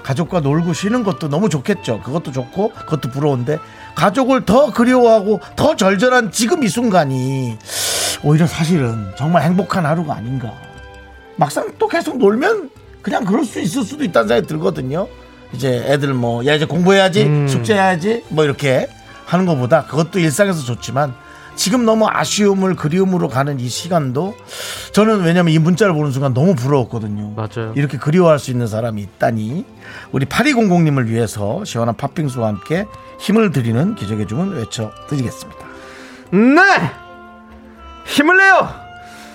가족과 놀고 쉬는 것도 너무 좋겠죠. 그것도 좋고 그것도 부러운데 가족을 더 그리워하고 더 절절한 지금 이 순간이 오히려 사실은 정말 행복한 하루가 아닌가. 막상 또 계속 놀면 그냥 그럴 수 있을 수도 있다는 생각이 들거든요. 이제 애들 뭐, 야, 이제 공부해야지, 숙제해야지, 뭐 이렇게 하는 것보다 그것도 일상에서 좋지만 지금 너무 아쉬움을 그리움으로 가는 이 시간도 저는 왜냐면 이 문자를 보는 순간 너무 부러웠거든요. 맞아요. 이렇게 그리워할 수 있는 사람이 있다니 우리 8200님을 위해서 시원한 팥빙수와 함께 힘을 드리는 기적의 주문 외쳐드리겠습니다. 네! 힘을 내요!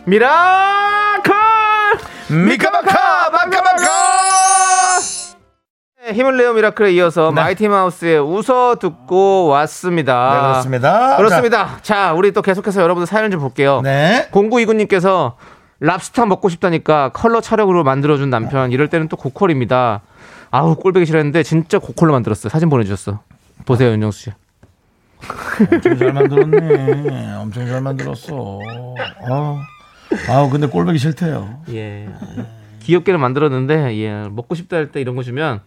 미라클! 미카마카! 마카마카! 네, 힘을 내요 미라클에 이어서 마이티마우스의 웃어 듣고 왔습니다. 네, 그렇습니다. 그렇습니다. 자, 우리 또 계속해서 여러분들 사연 좀 볼게요. 네. 공구 이구님께서 랍스타 먹고 싶다니까 컬러 차력으로 만들어준 남편 이럴 때는 또 고퀄입니다. 아우 꼴보기 싫었는데 진짜 고퀄로 만들었어. 요 사진 보내주셨어. 보세요 윤정수 씨. 엄청 잘 만들었네. 엄청 잘 만들었어. 아, 아 근데 꼴보기 싫대요. 예. 귀엽게는 만들었는데 예 먹고 싶다 할 때 이런 거 주면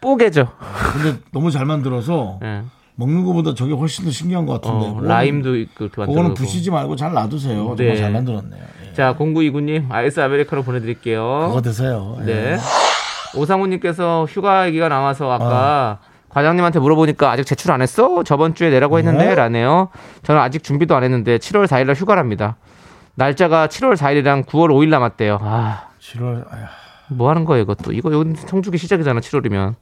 뽀개죠. 근데 너무 잘 만들어서 예. 먹는 것보다 저게 훨씬 더 신기한 것 같은데. 어, 그거는- 라임도 그렇게 만들고. 그거는 부시지 말고 잘 놔두세요. 네. 정말 잘 만들었네요. 예. 자, 0929님, 아이스 아메리카노 보내드릴게요. 그거 드세요. 예. 어? 네. 오상우님께서 휴가 얘기가 나와서 아까 과장님한테 물어보니까 아직 제출 안 했어? 저번 주에 내라고 했는데 네. 라네요. 저는 아직 준비도 안 했는데 7월 4일날 휴가랍니다. 날짜가 7월 4일이랑 9월 5일 남았대요. 아, 7월 아휴. 뭐 하는 거야 이것도. 이거 요 성주기 시작이잖아 7월이면.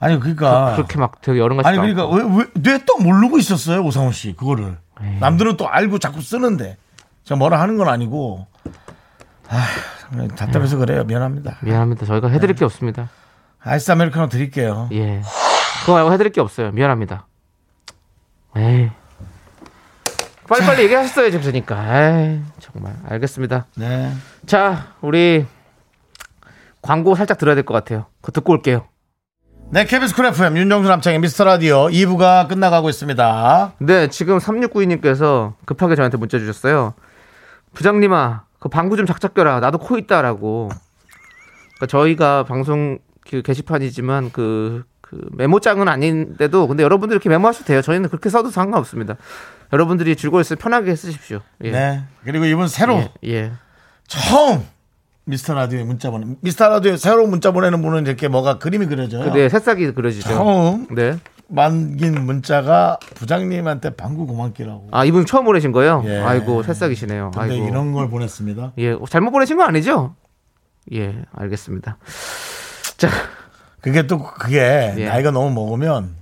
아니 그러니까 그렇게 막 되게 여름같이 아니 그러니까 왜왜또 모르고 있었어요 오상훈 씨 그거를 네. 남들은 또 알고 자꾸 쓰는데 제가 뭐라 하는 건 아니고 아 정말 답답해서 네. 그래요 미안합니다 미안합니다. 저희가 해드릴 네. 게 없습니다. 아이스 아메리카노 드릴게요 예. 그거 말고 해드릴 게 없어요. 미안합니다. 에이. 빨리빨리 얘기하셨어요, 지금 그러니까. 에이, 정말. 알겠습니다. 네 자, 우리 광고 살짝 들어야 될 것 같아요. 그거 듣고 올게요. 네, 케빈스 쿨 FM 윤정수 남창의 미스터 라디오 2부가 끝나가고 있습니다. 네, 지금 3692님께서 급하게 저한테 문자 주셨어요. 부장님아, 그 방구 좀 작작 껴라. 나도 코 있다라고. 그러니까 저희가 방송 그 게시판이지만 그, 그 메모장은 아닌데도 근데 여러분들 이렇게 메모하셔도 돼요. 저희는 그렇게 써도 상관없습니다. 여러분들이 즐거웠으면 편하게 쓰십시오. 예. 네. 그리고 이번 새로 예. 예. 처음 미스터 라디오에 문자 보내 미스터 라디오에 새로 문자 보내는 분은 이렇게 뭐가 그림이 그려져요. 근데 새싹이 그려지죠. 처음 네. 만긴 문자가 부장님한테 방구 고만기라고. 아, 이분 처음 보내신 거예요? 예. 아이고, 새싹이시네요. 근데 아이고. 이런 걸 보냈습니다. 예, 잘못 보내신 거 아니죠? 예, 알겠습니다. 자, 그게 또 그게 예. 나이가 너무 먹으면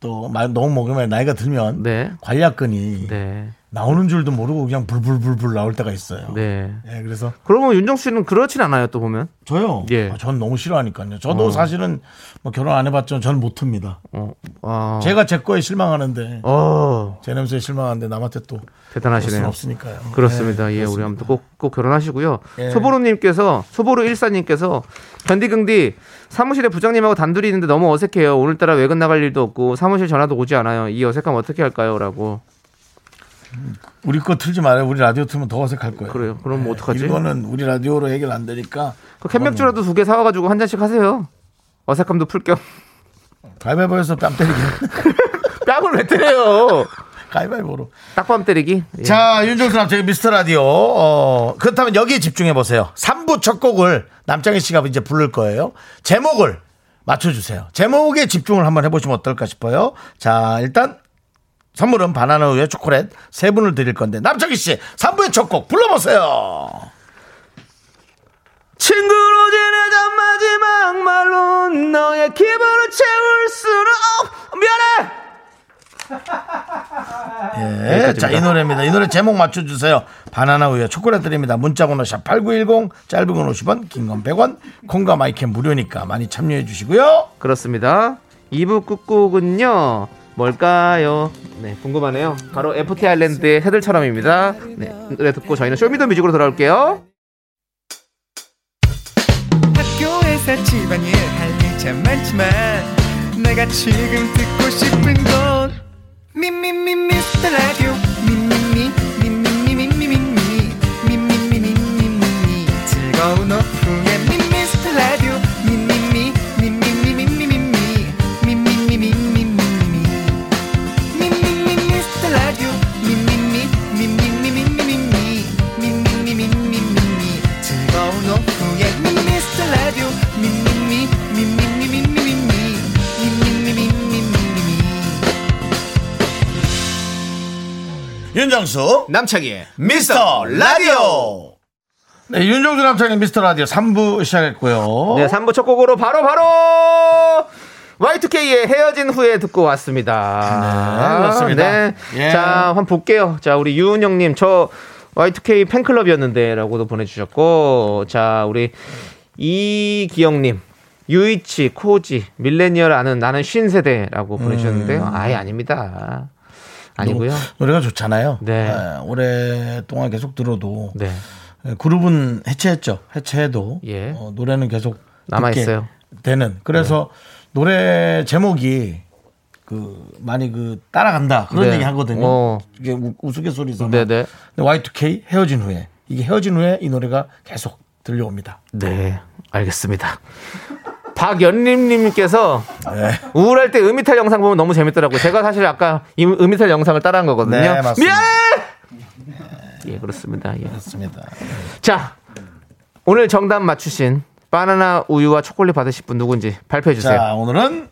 또 마- 너무 먹으면 나이가 들면 네, 관략근이 네, 나오는 줄도 모르고 그냥 불불불불 나올 때가 있어요. 네. 예, 그래서 그러면 윤정 씨는 그렇진 않아요, 또 보면. 저요? 예. 아, 전 너무 싫어하니까요. 저도 사실은 뭐 결혼 안 해봤지만 저는 못 틉니다. 어, 어, 제가 제 거에 실망하는데 어, 제 냄새에 실망하는데 남한테 또 그럴 수는 대단하시네요. 없으니까요. 그렇습니다. 예, 우리 아무튼 꼭, 꼭 결혼하시고요. 예. 소보루님께서, 소보루 일사님께서, 견디긍디, 사무실에 부장님하고 단둘이 있는데 너무 어색해요. 오늘따라 외근 나갈 일도 없고, 사무실 전화도 오지 않아요. 이 어색함 어떻게 할까요? 라고. 우리 거 틀지 말아요. 우리 라디오 틀면 더 어색할 거예요. 그래요. 그럼 뭐 어떡하지? 네, 이거는 우리 라디오로 해결 안 되니까 그 캔맥주라도 두 개 사와가지고 한 잔씩 하세요. 어색함도 풀 겸. 가위바위보에서 뺨 때리기. 뺨을 왜 때려요? 가위바위보로. 딱밤 때리기. 예. 자, 윤종수 남창의 미스터 라디오. 어, 그렇다면 여기에 집중해 보세요. 3부 첫 곡을 남창희 씨가 이제 부를 거예요. 제목을 맞춰주세요. 제목에 집중을 한번 해보시면 어떨까 싶어요. 자, 일단 선물은 바나나 우유 초콜릿 세 분을 드릴 건데 남창희 씨 3부의 첫 곡 불러보세요. 친구로 지내자 마지막 말로 너의 기분을 채울 수는 없. 미안해. 예, 자, 이 노래입니다. 이 노래 제목 맞춰주세요. 바나나 우유 초콜릿 드립니다. 문자번호 샵8910 짧은 건 50원, 긴 건 100원, 콩과 마이캔 무료니까 많이 참여해 주시고요. 그렇습니다. 2부 끝곡은요. 뭘까요? 네, 궁금하네요. 바로 FT 아일랜드의 해들처럼입니다. 네, 노래 듣고 저희는 쇼미더뮤직으로 돌아올게요. 학교에서 집안일 할 일 참 많지만 내가 지금 듣고 싶은 건 미미미 미스터 라디오 미미미 미미미 미미미 미미미 미미미 즐거운 오후에 미스터 라디오 미미미 미미미 미미미 미미미 미미미 윤정수 남창희의 미스터 라디오. 네, 윤종수 남창의 미스터 라디오 3부 시작했고요. 네, 3부 첫 곡으로 바로 바로 Y2K의 헤어진 후에 듣고 왔습니다. 네, 그렇습니다. 네. 예. 자, 한번 볼게요. 자, 우리 유은영 님, 저 Y2K 팬클럽이었는데라고도 보내 주셨고. 자, 우리 이기영 님. 유이치, 코지, 밀레니얼 아는 나는 쉰 세대라고 보내주셨는데요. 음. 아예 아닙니다. 아니고요. 노래가 좋잖아요. 네. 예, 오랫동안 계속 들어도 네. 예, 그룹은 해체했죠. 해체해도 예. 어, 노래는 계속 남아있어요. 네. 듣게 되는. 그래서 노래 제목이 그 많이 그 따라간다 그런 네. 얘기 하거든요. 어. 이게 우- 우스갯소리잖아. 네네. Y2K 헤어진 후에 이게 헤어진 후에 이 노래가 계속 들려옵니다. 네. 알겠습니다. 박연림 님께서 네. 우울할 때 음이탈 영상 보면 너무 재밌더라고요. 제가 사실 아까 이 음이탈 영상을 따라한 거거든요. 네, 맞습니다. 미안해! 예, 그렇습니다. 예. 그렇습니다. 자, 오늘 정답 맞추신 바나나 우유와 초콜릿 받으실 분 누군지 발표해 주세요. 자, 오늘은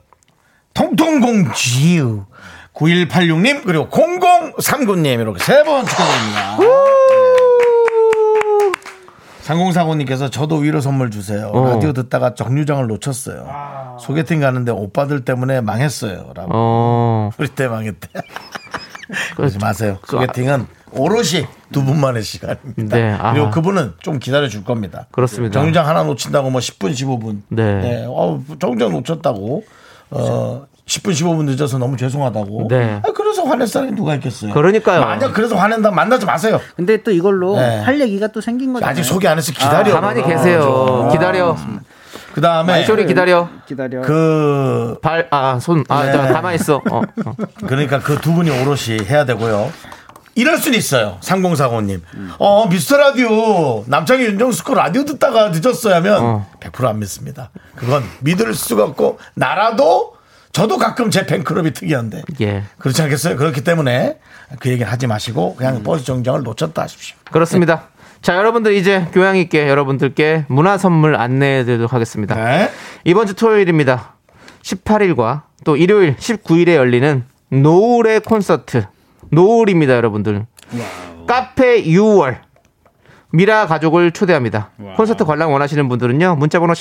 통통공지유 9186님 그리고 0039님 이렇게 세 번 축하드립니다. 네. 3045님께서 저도 위로 선물 주세요. 어. 아. 라디오 듣다가 정류장을 놓쳤어요. 소개팅 가는데 오빠들 때문에 망했어요. 라고. 어, 우리 때 망했대. 그러지 마세요. 소개팅은 오롯이 두 분만의 시간입니다. 아. 네, 아. 그리고 그분은 좀 기다려 줄 겁니다. 그렇습니다. 정류장 하나 놓친다고 뭐 10분 15분. 네. 어우, 정류장 놓쳤다고. 어, 10분 15분 늦어서 너무 죄송하다고. 네. 아, 그래서 화낼 사람이 누가 있겠어요. 그러니까요. 만약 그래서 화낸다 만나지 마세요. 근데 또 이걸로 네. 할 얘기가 또 생긴 거잖아요. 아직 소개 안 해서 기다려. 가만히 계세요. 기다려. 그 다음에 소리 기다려. 기다려. 그 발, 아, 손, 아, 네. 잠깐 가만히 있어. 어, 어. 그러니까 그 두 분이 오롯이 해야 되고요. 이럴 수는 있어요. 3045님. 어, 미스터 라디오. 남창희 윤정수 거 라디오 듣다가 늦었어요 하면 100%안 믿습니다. 그건 믿을 수가 없고, 나라도 저도 가끔 제 팬클럽이 특이한데. 예. 그렇지 않겠어요? 그렇기 때문에 그 얘기는 하지 마시고, 그냥 버스 정장을 놓쳤다 하십시오. 그렇습니다. 자, 여러분들 이제 교양 있게 여러분들께 문화 선물 안내해 드리도록 하겠습니다. 네. 이번 주 토요일입니다. 18일과 또 일요일 19일에 열리는 노을의 콘서트. 노을입니다, 여러분들. 카페 6월. 미라 가족을 초대합니다. 콘서트 관람 원하시는 분들은요. 문자번호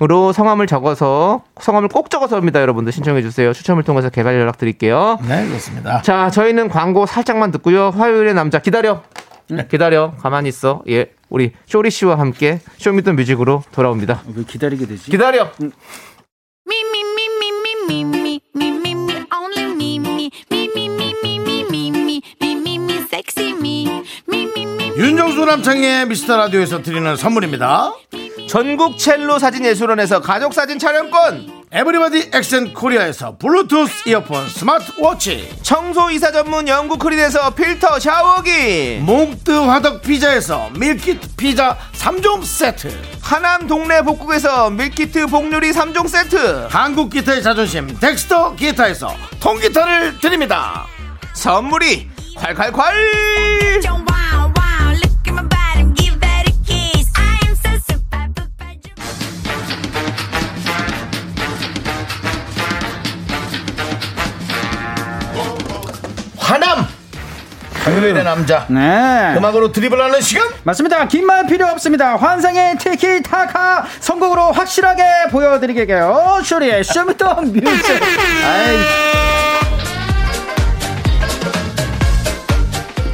샵8910으로 성함을 적어서 성함을 꼭 적어서 합니다, 여러분들. 신청해 주세요. 추첨을 통해서 개발 연락 드릴게요. 네, 그렇습니다. 자, 저희는 광고 살짝만 듣고요. 화요일의 남자 기다려. 네. 기다려. 가만히 있어. 예. 우리 쇼리 씨와 함께 쇼미더 뮤직으로 돌아옵니다. 왜 기다리게 되지? 음. 기다려. Me, me, me, me, me, me, me, me, me, me, only me, me, me, me, me, me, me, me, me, me, me, me, sexy me, me, me, me, 윤정수 남창희의 미스터 라디오에서 드리는 선물입니다. 전국 첼로 사진 예술원에서 가족 사진 촬영권. 에브리바디 엑센 코리아에서 블루투스 이어폰 스마트워치. 청소 이사 전문 영국 크린에서 필터 샤워기. 몽뜨 화덕 피자에서 밀키트 피자 3종 세트 하남 동네 복국에서 밀키트 복요리 3종 세트. 한국 기타의 자존심 덱스터 기타에서 통기타를 드립니다 선물이 콸콸콸. don't wow, wow, look at my body, give that a kiss. I am so super, super, super. 화남 음. 강렬의 남자 네. 음악으로 드리블하는 시간 맞습니다. 긴 말 필요 없습니다. 환상의 티키타카 선곡으로 확실하게 보여드리게요. 쇼리의 쇼미더 뮤직. 아이,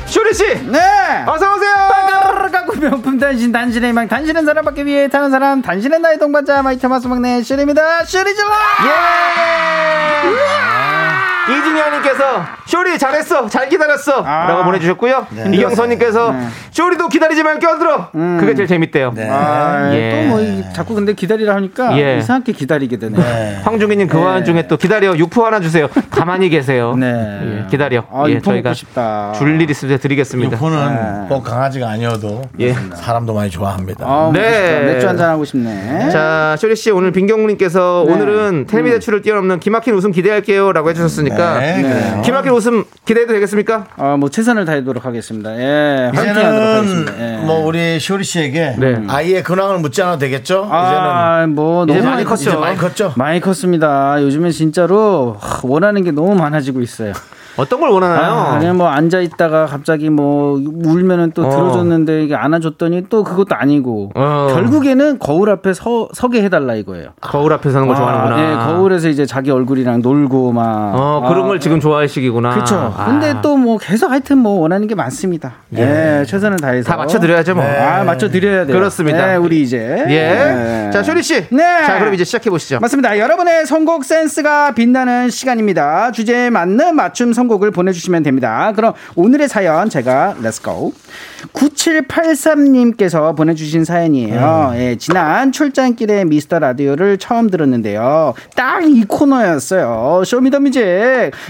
쇼리 씨. 네. 어서 오세요. 빠가르르가고 명품 단신 단신의 망 단신은 사람밖에 위해 타는 사람 단신은 나의 동반자 마이터마스 막내 쇼리입니다. 쇼리 질러. 예! 이진현님께서 쇼리 잘했어 잘 기다렸어 아. 라고 보내주셨고요 이경선님께서 네. 음. 쇼리도 기다리지만 껴들어 그게 제일 재밌대요 네. 아, 예. 또뭐 자꾸 근데 기다리라 하니까 예. 이상하게 기다리게 되네. 황중기님 그 와중에 또 기다려 육포 하나 주세요 가만히 계세요 네. 예, 기다려 아, 예, 육포 먹고 저희가 싶다. 줄 일 있을 때 네. 드리겠습니다 유포는 꼭뭐 강아지가 아니어도 예. 사람도 많이 좋아합니다 아, 네. 네. 맥주 한잔 하고 싶네. 자 쇼리씨 오늘 빈경님께서 네. 음. 오늘은 텔미대출을 뛰어넘는 기막힌 웃음 기대할게요 라고 해주셨으니까 네, 그래요. 기막힌 웃음 기대해도 되겠습니까? 어, 뭐 최선을 다하도록 하겠습니다. 예. 화이팅하도록 하겠습니다. 예. 이제는 뭐 우리 쇼리 씨에게 네. 아이의 근황을 묻지 않아도 되겠죠 아, 뭐 이제 너무 많이 컸죠. 이제는 이제 많이 컸죠 많이 컸습니다. 요즘엔 진짜로 하, 원하는 게 너무 많아지고 있어요. 어떤 걸 원하나요? 아, 그냥 뭐 앉아 있다가 갑자기 뭐 울면은 또 어. 들어줬는데 이게 안아줬더니 또 그것도 아니고 어. 결국에는 거울 앞에 서 서게 해달라 이거예요. 거울 앞에서 하는 걸 좋아하는구나 예, 거울에서 이제 자기 얼굴이랑 놀고 막. 어, 그런 걸 지금 좋아하시기구나. 그렇죠. 근데 또 뭐 계속 하여튼 뭐 원하는 게 많습니다. 예, 최선을 다해서 다 맞춰드려야죠, 뭐. 아, 맞춰 드려야 돼요. 그렇습니다. 네, 우리 이제 예. 자, 쇼리 씨. 네. 자, 그럼 이제 시작해 보시죠. 맞습니다. 여러분의 선곡 센스가 빛나는 시간입니다. 주제에 맞는 맞춤 선곡을 보내주시면 됩니다. 그럼 오늘의 사연 제가 렛츠고 9783님께서 보내주신 사연이에요. 음. 예, 지난 출장길에 미스터 라디오를 처음 들었는데요. 딱 이 코너였어요. 쇼미더뮤직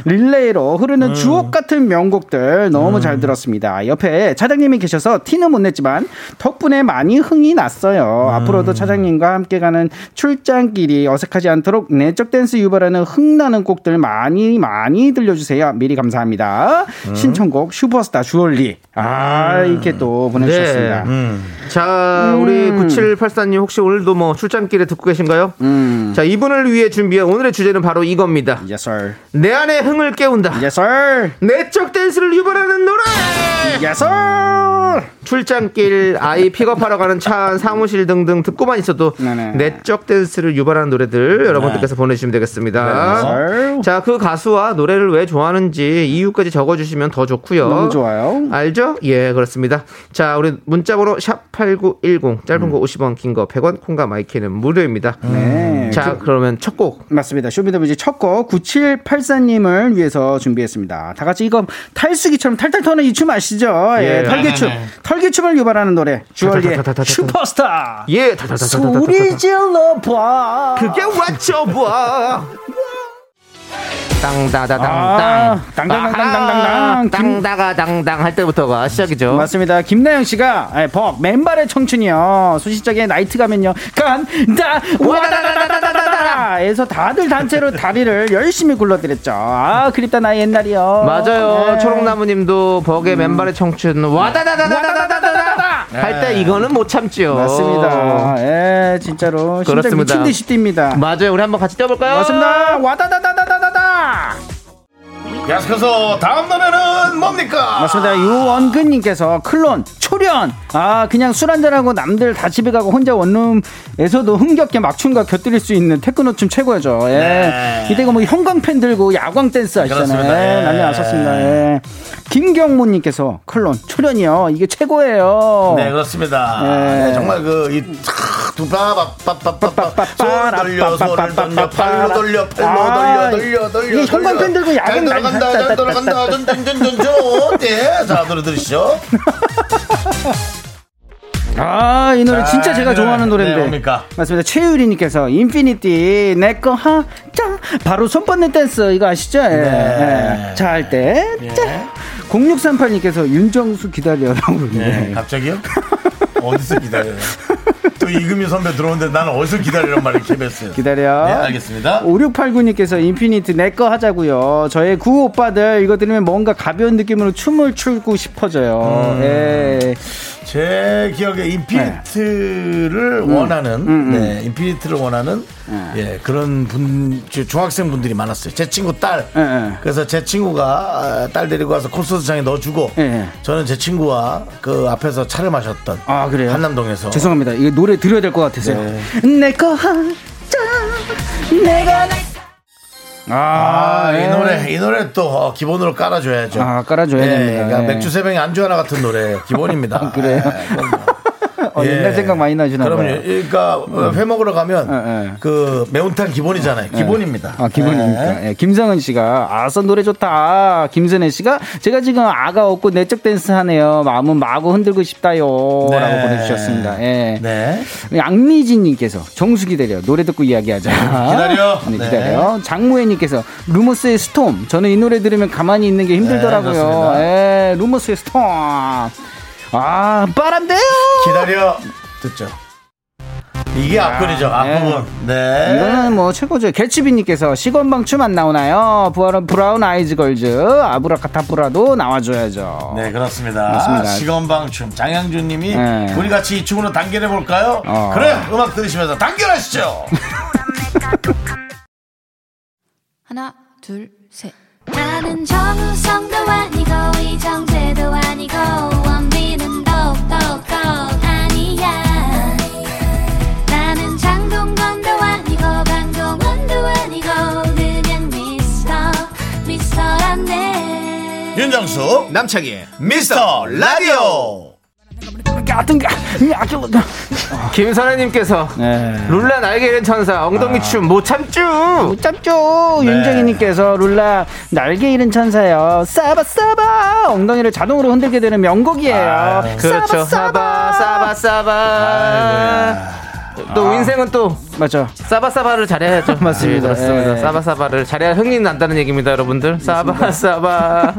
릴레이로 흐르는 주옥 같은 명곡들 너무 잘 들었습니다. 옆에 차장님이 계셔서 티는 못 냈지만 덕분에 많이 흥이 났어요. 앞으로도 차장님과 함께 가는 출장길이 어색하지 않도록 내적 댄스 유발하는 흥나는 곡들 많이 많이 들려주세요. 미리 감사합니다. 신청곡 슈퍼스타 주얼리. 아, 이렇게 또 보내주셨습니다. 네. 자, 음. 우리 9784님 혹시 오늘도 뭐 출장길에 듣고 계신가요? 자, 이분을 위해 준비한 오늘의 주제는 바로 이겁니다. 음. Yes, sir. 내 안의 흥을 깨운다. Yes, sir. 내적 댄스를 유발하는 노래! Yes, sir. 출장길, 아이 픽업하러 가는 차, 사무실 등등 듣고만 있어도 네네. 네. 내적 댄스를 유발하는 노래들 여러분들께서 보내주시면 되겠습니다. Yes, sir. 자, 그 가수와 노래를 왜 좋아하는지 이유까지 적어주시면 더 좋고요. 너무 좋아요. 알죠? 예, 그렇습니다. 자, 우리 문자번호 샵8910 짧은 거 50원, 긴 거 100원, 콩과 마이키는 무료입니다. 음. 네. 자, 그, 러면첫 곡. 맞습니다. 쇼미더뮤직 첫곡 9784님을 위해서 준비했습니다. 다 같이 이거 탈수기처럼 탈탈 터는 이 춤 아시죠? 예, 예. 털기춤. 털기춤을 유발하는 노래. 주얼리의 타타타타타타. 슈퍼스타. 예, 다다다다다다. 소리 질러 봐. 그게 왔죠, 뭐. 아, 땅다다당당. 땅다당당당당. 땅다가당당 할 때부터가 시작이죠. 맞습니다. 김나영 씨가 예, 벅 맨발의 청춘이요. 수시적인 나이트 가면요. 간다 와다다다다다다다에서 다들 단체로 다리를 열심히 굴러드렸죠. 아 그립다 나의 옛날이요. 맞아요. 네. 초록나무님도 버게 맨발의 청춘 와다다다다다다다다 할 때 이거는 못 참지요. 맞습니다. 예, 진짜로 심장 그렇습니다. 미친 듯이 뜁니다. 맞아요. 우리 한번 같이 뛰어볼까요? 맞습니다. 와다다다다다다다. 계속해서 다음 노래는 뭡니까? 맞습니다. 유원근님께서 클론 초련 아 그냥 술 한잔하고 남들 다 집에 가고 혼자 원룸에서도 흥겹게 막춤과 곁들일 수 있는 테크노 춤 최고죠. 예. 이때가 뭐 형광펜 들고 야광 댄스 하시잖아요. 그렇습니다. 예, 예. 난리 났었습니다. 예. 김경모님께서 클론 초련이요 이게 최고예요. 네 그렇습니다. 예. 네, 정말 그이두바바바바바바손 돌려 손을 돌려 팔로 돌려 팔로 돌려 아, 돌려 돌려 이게 형광펜 들고 야경 잘 돌아간다 잘 돌아간다 전전전전전 네, 예자 노래 들으시죠. 아, 이 노래 자, 진짜 제가 이 노래. 좋아하는 노래인데. 네, 뭡니까? 맞습니다. 최유리님께서 인피니티 내꺼 하자 바로 손 뻗는 댄스 이거 아시죠? 예. 네. 예. 자할 때. 자. 0638님께서 윤정수 기다려라고 네 그러는데. 갑자기요? 어디서 기다려요? 또 이금희 선배 들어오는데 나는 어디서 기다리란 말을 캐냈어요. 기다려. 네, 알겠습니다. 5689님께서 인피니트 내꺼 하자고요. 저의 구 오빠들 이거 들으면 뭔가 가벼운 느낌으로 춤을 추고 싶어져요. 음. 예. 제 기억에 인피니트를 원하는 음, 네, 인피니트를 원하는 네. 예, 그런 분 저- 중학생 분들이 많았어요. 제 친구 딸. 예, 예. 그래서 제 친구가 아, 딸 데리고 와서 콘서트장에 넣어주고 예, 예. 저는 제 친구와 그 앞에서 차를 마셨던 아, 그래요? 한남동에서 죄송합니다. 이거 노래 들어야 될 것 같아서요. 내꺼 하자 내가 내 아, 이 노래, 이 노래 또 어, 기본으로 깔아줘야죠. 네. 아, 깔아줘야 예, 됩니다. 그러니까 예. 맥주 세 병에 안주 하나 같은 노래 기본입니다. 그래요? 예, 그건 뭐. 어, 옛날 생각 많이 나시나 그럼요. 봐요. 음. 그러니까 어, 회 먹으러 가면 예, 예. 그 매운탕 기본이잖아요. 기본입니다. 아, 네. 기본입니까? 예, 김성은 씨가, 아선 노래 좋다. 김선혜 씨가, 제가 지금 아가 없고 내적 댄스 하네요. 마음은 마구 흔들고 싶다요. 네. 라고 보내주셨습니다. 예. 네. 양미진 님께서, 정수 기다려. 노래 듣고 이야기하자. 기다려. 네, 기다려. 장무혜 님께서, 루머스의 스톰. 저는 이 노래 들으면 가만히 있는 게 힘들더라고요. 그렇습니다. 예, 루머스의 스톰. 아, 바람대요! 기다려. 듣죠. 이게 앞근이죠. 앞부분. 네. 아, 예. 이거는 뭐 최고죠. 개츠비님께서 시건방 춤 안 나오나요? 부활은 브라운 아이즈 걸즈 아브라카타브라도 나와줘야죠. 네 그렇습니다. 맞습니다. 시건방춤 장양준님이 네. 우리 같이 이 춤으로 단결해 볼까요? 어. 그래 음악 들으시면서 단결하시죠. 하나, 둘, 셋. 나는 정우성도 아니고 이정재도 아니고 원빈은 더욱더 아니야 나는 장동건도 아니고 강동원도 아니고 그냥 미스터 미스터란데 예. 윤정수 남창희 미스터 라디오. 야든가 야든가. 김선혜님께서 네. 룰라 날개 잃은 천사 엉덩이 춤 못 참쭈. 짭죠 네. 윤정희님께서 룰라 날개 잃은 천사요 싸바 싸바 엉덩이를 자동으로 흔들게 되는 명곡이에요 그렇죠. 싸바 사바 싸바 사바 아, 사바. 또 인생은 또 맞죠 사바 사바를 잘해야죠. 맞습니다. 예, 그렇습니다. 예. 사바 사바를 잘해야 흥이 난다는 얘기입니다, 여러분들. 사바 사바.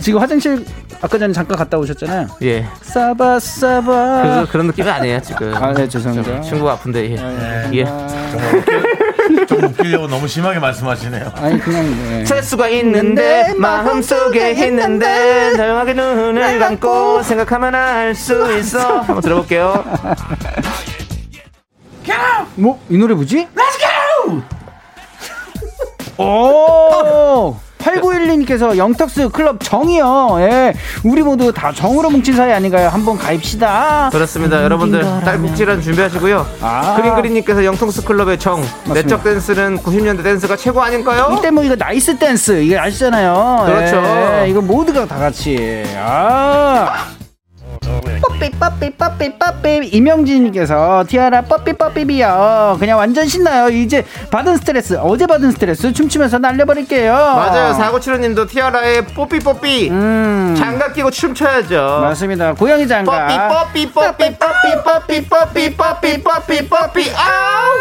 지금 화장실 아까 전에 잠깐 갔다 오셨잖아요 예. 싸바 싸바 그래서 그런 느낌이 아. 아니에요 지금. 아, 네, 죄송합니다. 좀 친구가 아픈데 예. 예. 좀 웃기려고 너무 심하게 말씀하시네요. 아니 그냥 네. 세수가 있는데 마음속에 있는데 조용하게 눈을 감고 생각하면 알 수 있어 한번 들어볼게요 뭐? 이 노래 뭐지? 오! 8912님께서 영턱스 클럽 정이요. 예. 우리 모두 다 정으로 뭉친 사이 아닌가요? 한번 가입시다. 그렇습니다 여러분들 딸꾹질한 준비하시고요 아. 크린크린님께서 영통스 클럽의 정 맞습니다. 내적 댄스는 90년대 댄스가 최고 아닌가요? 이때 뭐 이거 나이스 댄스 이거 아시잖아요. 그렇죠. 예, 이거 모두가 다 같이. 아. 뽀삐 뽀삐 뽀삐 뽀삐 이명진님께서 티아라 뽀삐 뽀삐비요. 그냥 완전 신나요. 이제 받은 스트레스 어제 받은 스트레스 춤추면서 날려버릴게요. 맞아요 음. 4975님도 티아라의 뽀삐뽀삐 장갑 끼고 춤춰야죠 맞습니다. 고양이 장가. 뽀삐뽀삐뽀삐 뽀삐뽀삐 뽀삐뽀삐 뽀삐뽀삐 아우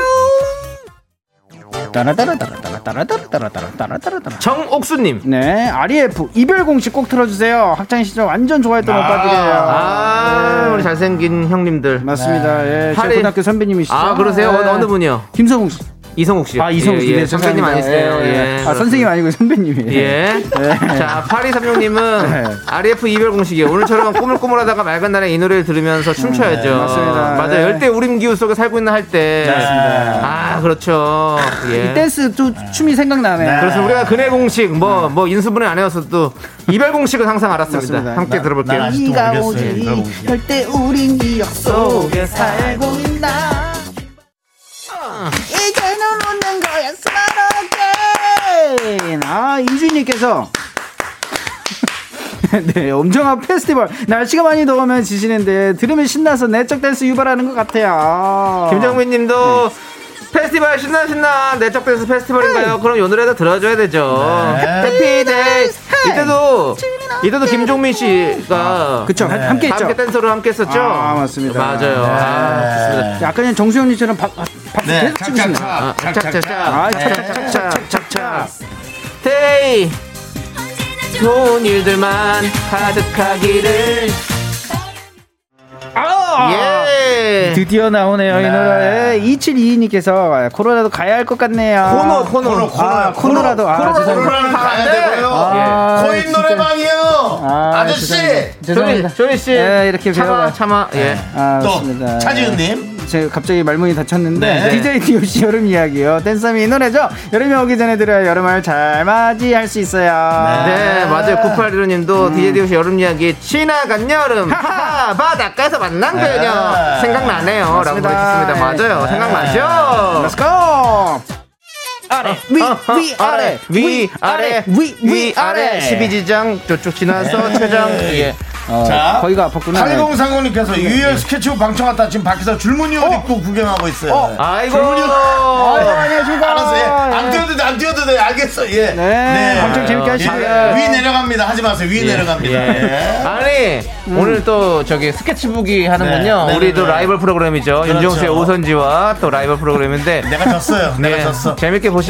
따라따라따라따라따라따라따라따라따라. 정옥수님 네, REF 이별 공식 꼭 틀어주세요. 학창 시절 완전 좋아했던 오빠들이에요. 아 네. 우리 잘생긴 형님들 맞습니다. 예, 제 팔이- 고등학교 선배님이시죠? 아 그러세요? 예. 어느, 어느 분이요? 김성욱 씨. 이성욱 씨. 아 이성욱 씨. 예, 네, 예. 선배님 죄송합니다. 아니세요? 예, 예. 아 선생님 아니고 선배님이에요. 예. 예. 자, 8236님은 네. RF 이별 공식이에요. 오늘처럼 꾸물꾸물하다가 맑은 날에 이 노래를 들으면서 춤춰야죠. 음, 맞습니다. 맞아요. 네. 열대 우림 기후 속에 살고 있는 할 때. 아, 그렇죠. 예. 이 댄스 또 춤이 생각나네요. 네. 그래서 우리가 근해 공식, 뭐, 뭐, 인수분해 안 해왔어도 이별 공식은 항상 알았습니다. 맞습니다. 함께 나- 들어볼게요. 난 아직도 네가 모르겠어요. 오지 들어보고 싶어요. 절대 우린 기억 속에 살고 있나 아. 이제는 웃는 거야 스마트게임 아 이준님께서 네, 엄정한 페스티벌. 날씨가 많이 더우면 지시는데 들으면 신나서 내적 댄스 유발하는 것 같아요. 김정민 님도 네. 페스티벌 신나 신나 내적 댄스 페스티벌인가요? 그럼 요 노래도 들어줘야 되죠. 네. 해피데이 이때도 이때도 김종민 씨가 아, 그쵸, 함- 함께 했죠. 함께 댄서로 함께 했었죠. 아, 맞습니다. 맞아요. 네. 아, 좋습니다. 약간 그냥 정수영님처럼 박, 박, 박 네, 계속 치시는 거. 아, 착착착. 착착착. 아, 착착착착착착. 데이 좋은 일들만 가득하기를. 아, 예. 드디어 나오네요 이 노래 2722님께서 코로나도 가야 할 것 같네요 코너 코너 아, 코너라도 아, 죄송합니다. 코로나는 가야 안 돼요. 되고요. 예. 아, 코인 진짜. 노래방이요. 아, 아저씨. 죄송합니다. 조리 죄송합니다. 조리 씨 예, 이렇게 참아 배워봐. 참아 예. 아, 맞습니다. 예, 또 차지은님. 제가 갑자기 말문이 닫혔는데 네. DJ DOC 여름 이야기요. 댄섬이 이 노래죠. 여름이 오기 전에 들어야 여름을 잘 맞이할 수 있어요. 네, 맞아요. 9815님도 DJ 디오시 여름 이야기, 지나간 여름, 하하, 바닷가에서 만난 그녀, 생각나네요. 라고 맞습니다. 보내주셨습니다. 맞아요. 생각나죠? Let's go. 아래 위, 위 아래 어, 위, 아래, 위, 위 아래. 아래. 12지장, 저쪽 지나서 최장, 예. 자, 어, 거기가 예. 아팠구나. 8030님께서 유열 스케치북 방청 왔다 지금 밖에서 줄무늬 옷 입고 구경하고 있어요. 네. 어. 아이고. 어? 아니야 지금 알아서 예. 안 뛰어도 돼, 안 뛰어도 돼. 알겠어. 예. 네. 예. 방청 재밌게 하시고요. 위 내려갑니다. 하지 마세요. 위 내려갑니다. 예. 아니 오늘 또 저기 스케치북이 하는군요. 네, 네, 우리도 네, 네. 라이벌 프로그램이죠. 그렇죠. 윤종수의 오선지와 또 라이벌 프로그램인데 내가 졌어요. 네, 내가 졌어. 재밌게 보시고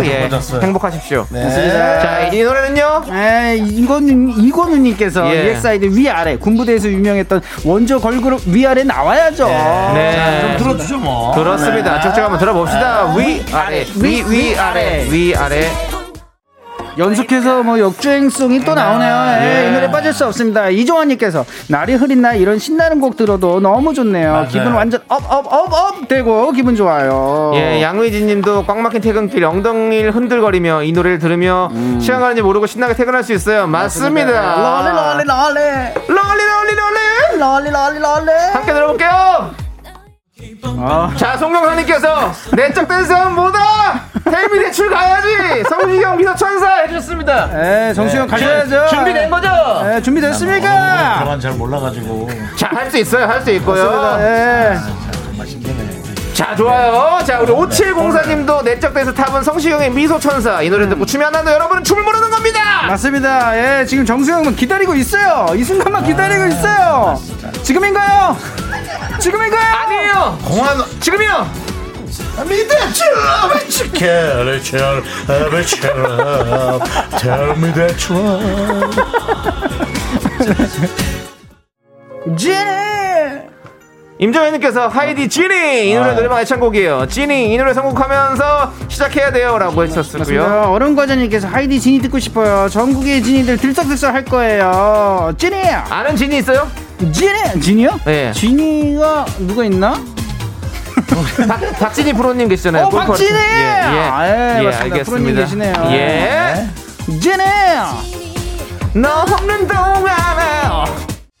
네, 예, 무조건 졌어요. 행복하십시오. 네. 자, 이 노래는요. 에 이건우 이건우님께서 예. EXID 위아래 군부대에서 유명했던 원조 걸그룹 위아래 나와야죠. 네. 들어주죠 뭐. 그렇습니다. 척척 한번 들어봅시다. 네. 위 아래 위 위 아래 위 아래. 연속해서 뭐 역주행송이 또 나오네요. 예, 이 노래 빠질 수 없습니다. 이종환님께서 날이 흐린 날 이런 신나는 곡 들어도 너무 좋네요. 기분 완전 업 업 업 업 되고 기분 좋아요. 예, 양의진님도 꽉 막힌 퇴근길 엉덩이를 흔들거리며 이 노래를 들으며 시간 가는지 모르고 신나게 퇴근할 수 있어요. 음. 맞습니다. 롤리 롤리 롤리 롤리 롤리 롤리. 롤리 롤리 롤리. 함께 들어볼게요. 자, 송경선님께서 내적 댄스는 뭐다? 데이비 대출 가야지. 성시경 미소천사 해주셨습니다. 예, 정수영 가셔야죠. 준비된 거죠? 예, 준비됐습니까? 그만 잘 몰라가지고. 자, 할 수 있어요. 할 수 있고요. 예. 자 좋아요 자 우리 5704님도 내적 댄스 탑은 성시경의 미소천사 이 노래 듣고 춤이 안 나도 여러분은 춤을 모르는 겁니다 맞습니다. 예, 지금 정수영은 기다리고 있어요. 이 순간만 기다리고 있어요. 지금인가요? 지금인가요? 아니에요 공안 지금이요 미대 줄 치켜를 쳐 에베 쳐 Tell me that you are. 예. 임정현님께서 하이디 지니 이 아. 노래 노래방 애창곡이에요. 지니 이 노래 선곡하면서 시작해야 돼요라고 했었고요. 맞습니다. 어른 과자님께서 하이디 진이 듣고 싶어요. 전국의 진이들 들썩들썩 할 거예요. 진이! 아는 지니 있어요? 진이! 진이요? 네. 진이가 누가 있나? 박, 박진희 프로님 계시잖아요. 어, 골프 박진희! 활동- 예, 예. 아, 예, 예, 맞습니다. 프로님 계시네요. 예. 네. 진이! 너 없는 동안에.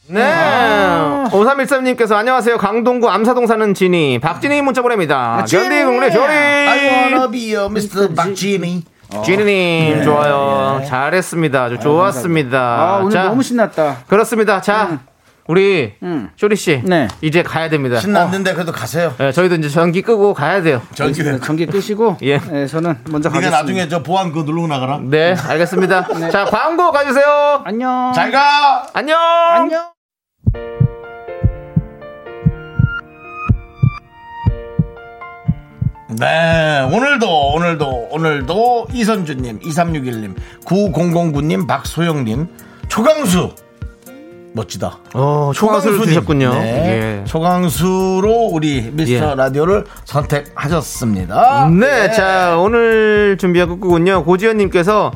네. 아. 5313님께서 안녕하세요. 강동구 암사동 사는 진희. 박진희 문자 보냅니다. 진희! 견디 동네 I wanna 결이. be your Mr. 박진희. 진희님 좋아요. 잘했습니다. 네. 아주 좋았습니다. 아, 오늘 너무 신났다. 그렇습니다. 자, 우리 음. 쇼리 씨 네. 이제 가야 됩니다. 신났는데 그래도 가세요. 예, 저희도 이제 전기 끄고 가야 돼요. 전기 네. 전기 끄시고, 예. 네, 저는 먼저 그 네가 가겠습니다. 나중에 저 보안 그거 누르고 나가라. 네, 알겠습니다. 자, 광고 가주세요. 안녕. 잘 가. 안녕. 안녕. 네, 오늘도 오늘도 오늘도 이선주님, 2361님, 9009님, 박소영님, 초강수 멋지다. 어, 초가수를 초강수님. 드셨군요. 네, 예. 초강수로 우리 미스터 예. 라디오를 선택하셨습니다. 네, 자 오늘 준비한 곡은요 고지현님께서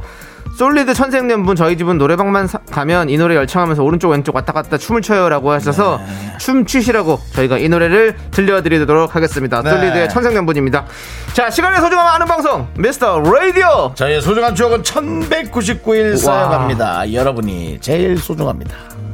솔리드 천생연분 저희 집은 노래방만 사- 가면 이 노래 열창하면서 오른쪽 왼쪽 왔다 갔다 춤을 춰요라고 하셔서 춤 추시라고 저희가 이 노래를 들려드리도록 하겠습니다. 네. 솔리드의 천생연분입니다. 자 시간의 소중함 아는 방송 미스터 라디오. 예, 저희의 소중한 추억은 1199일 와. 쌓여갑니다. 여러분이 제일 소중합니다.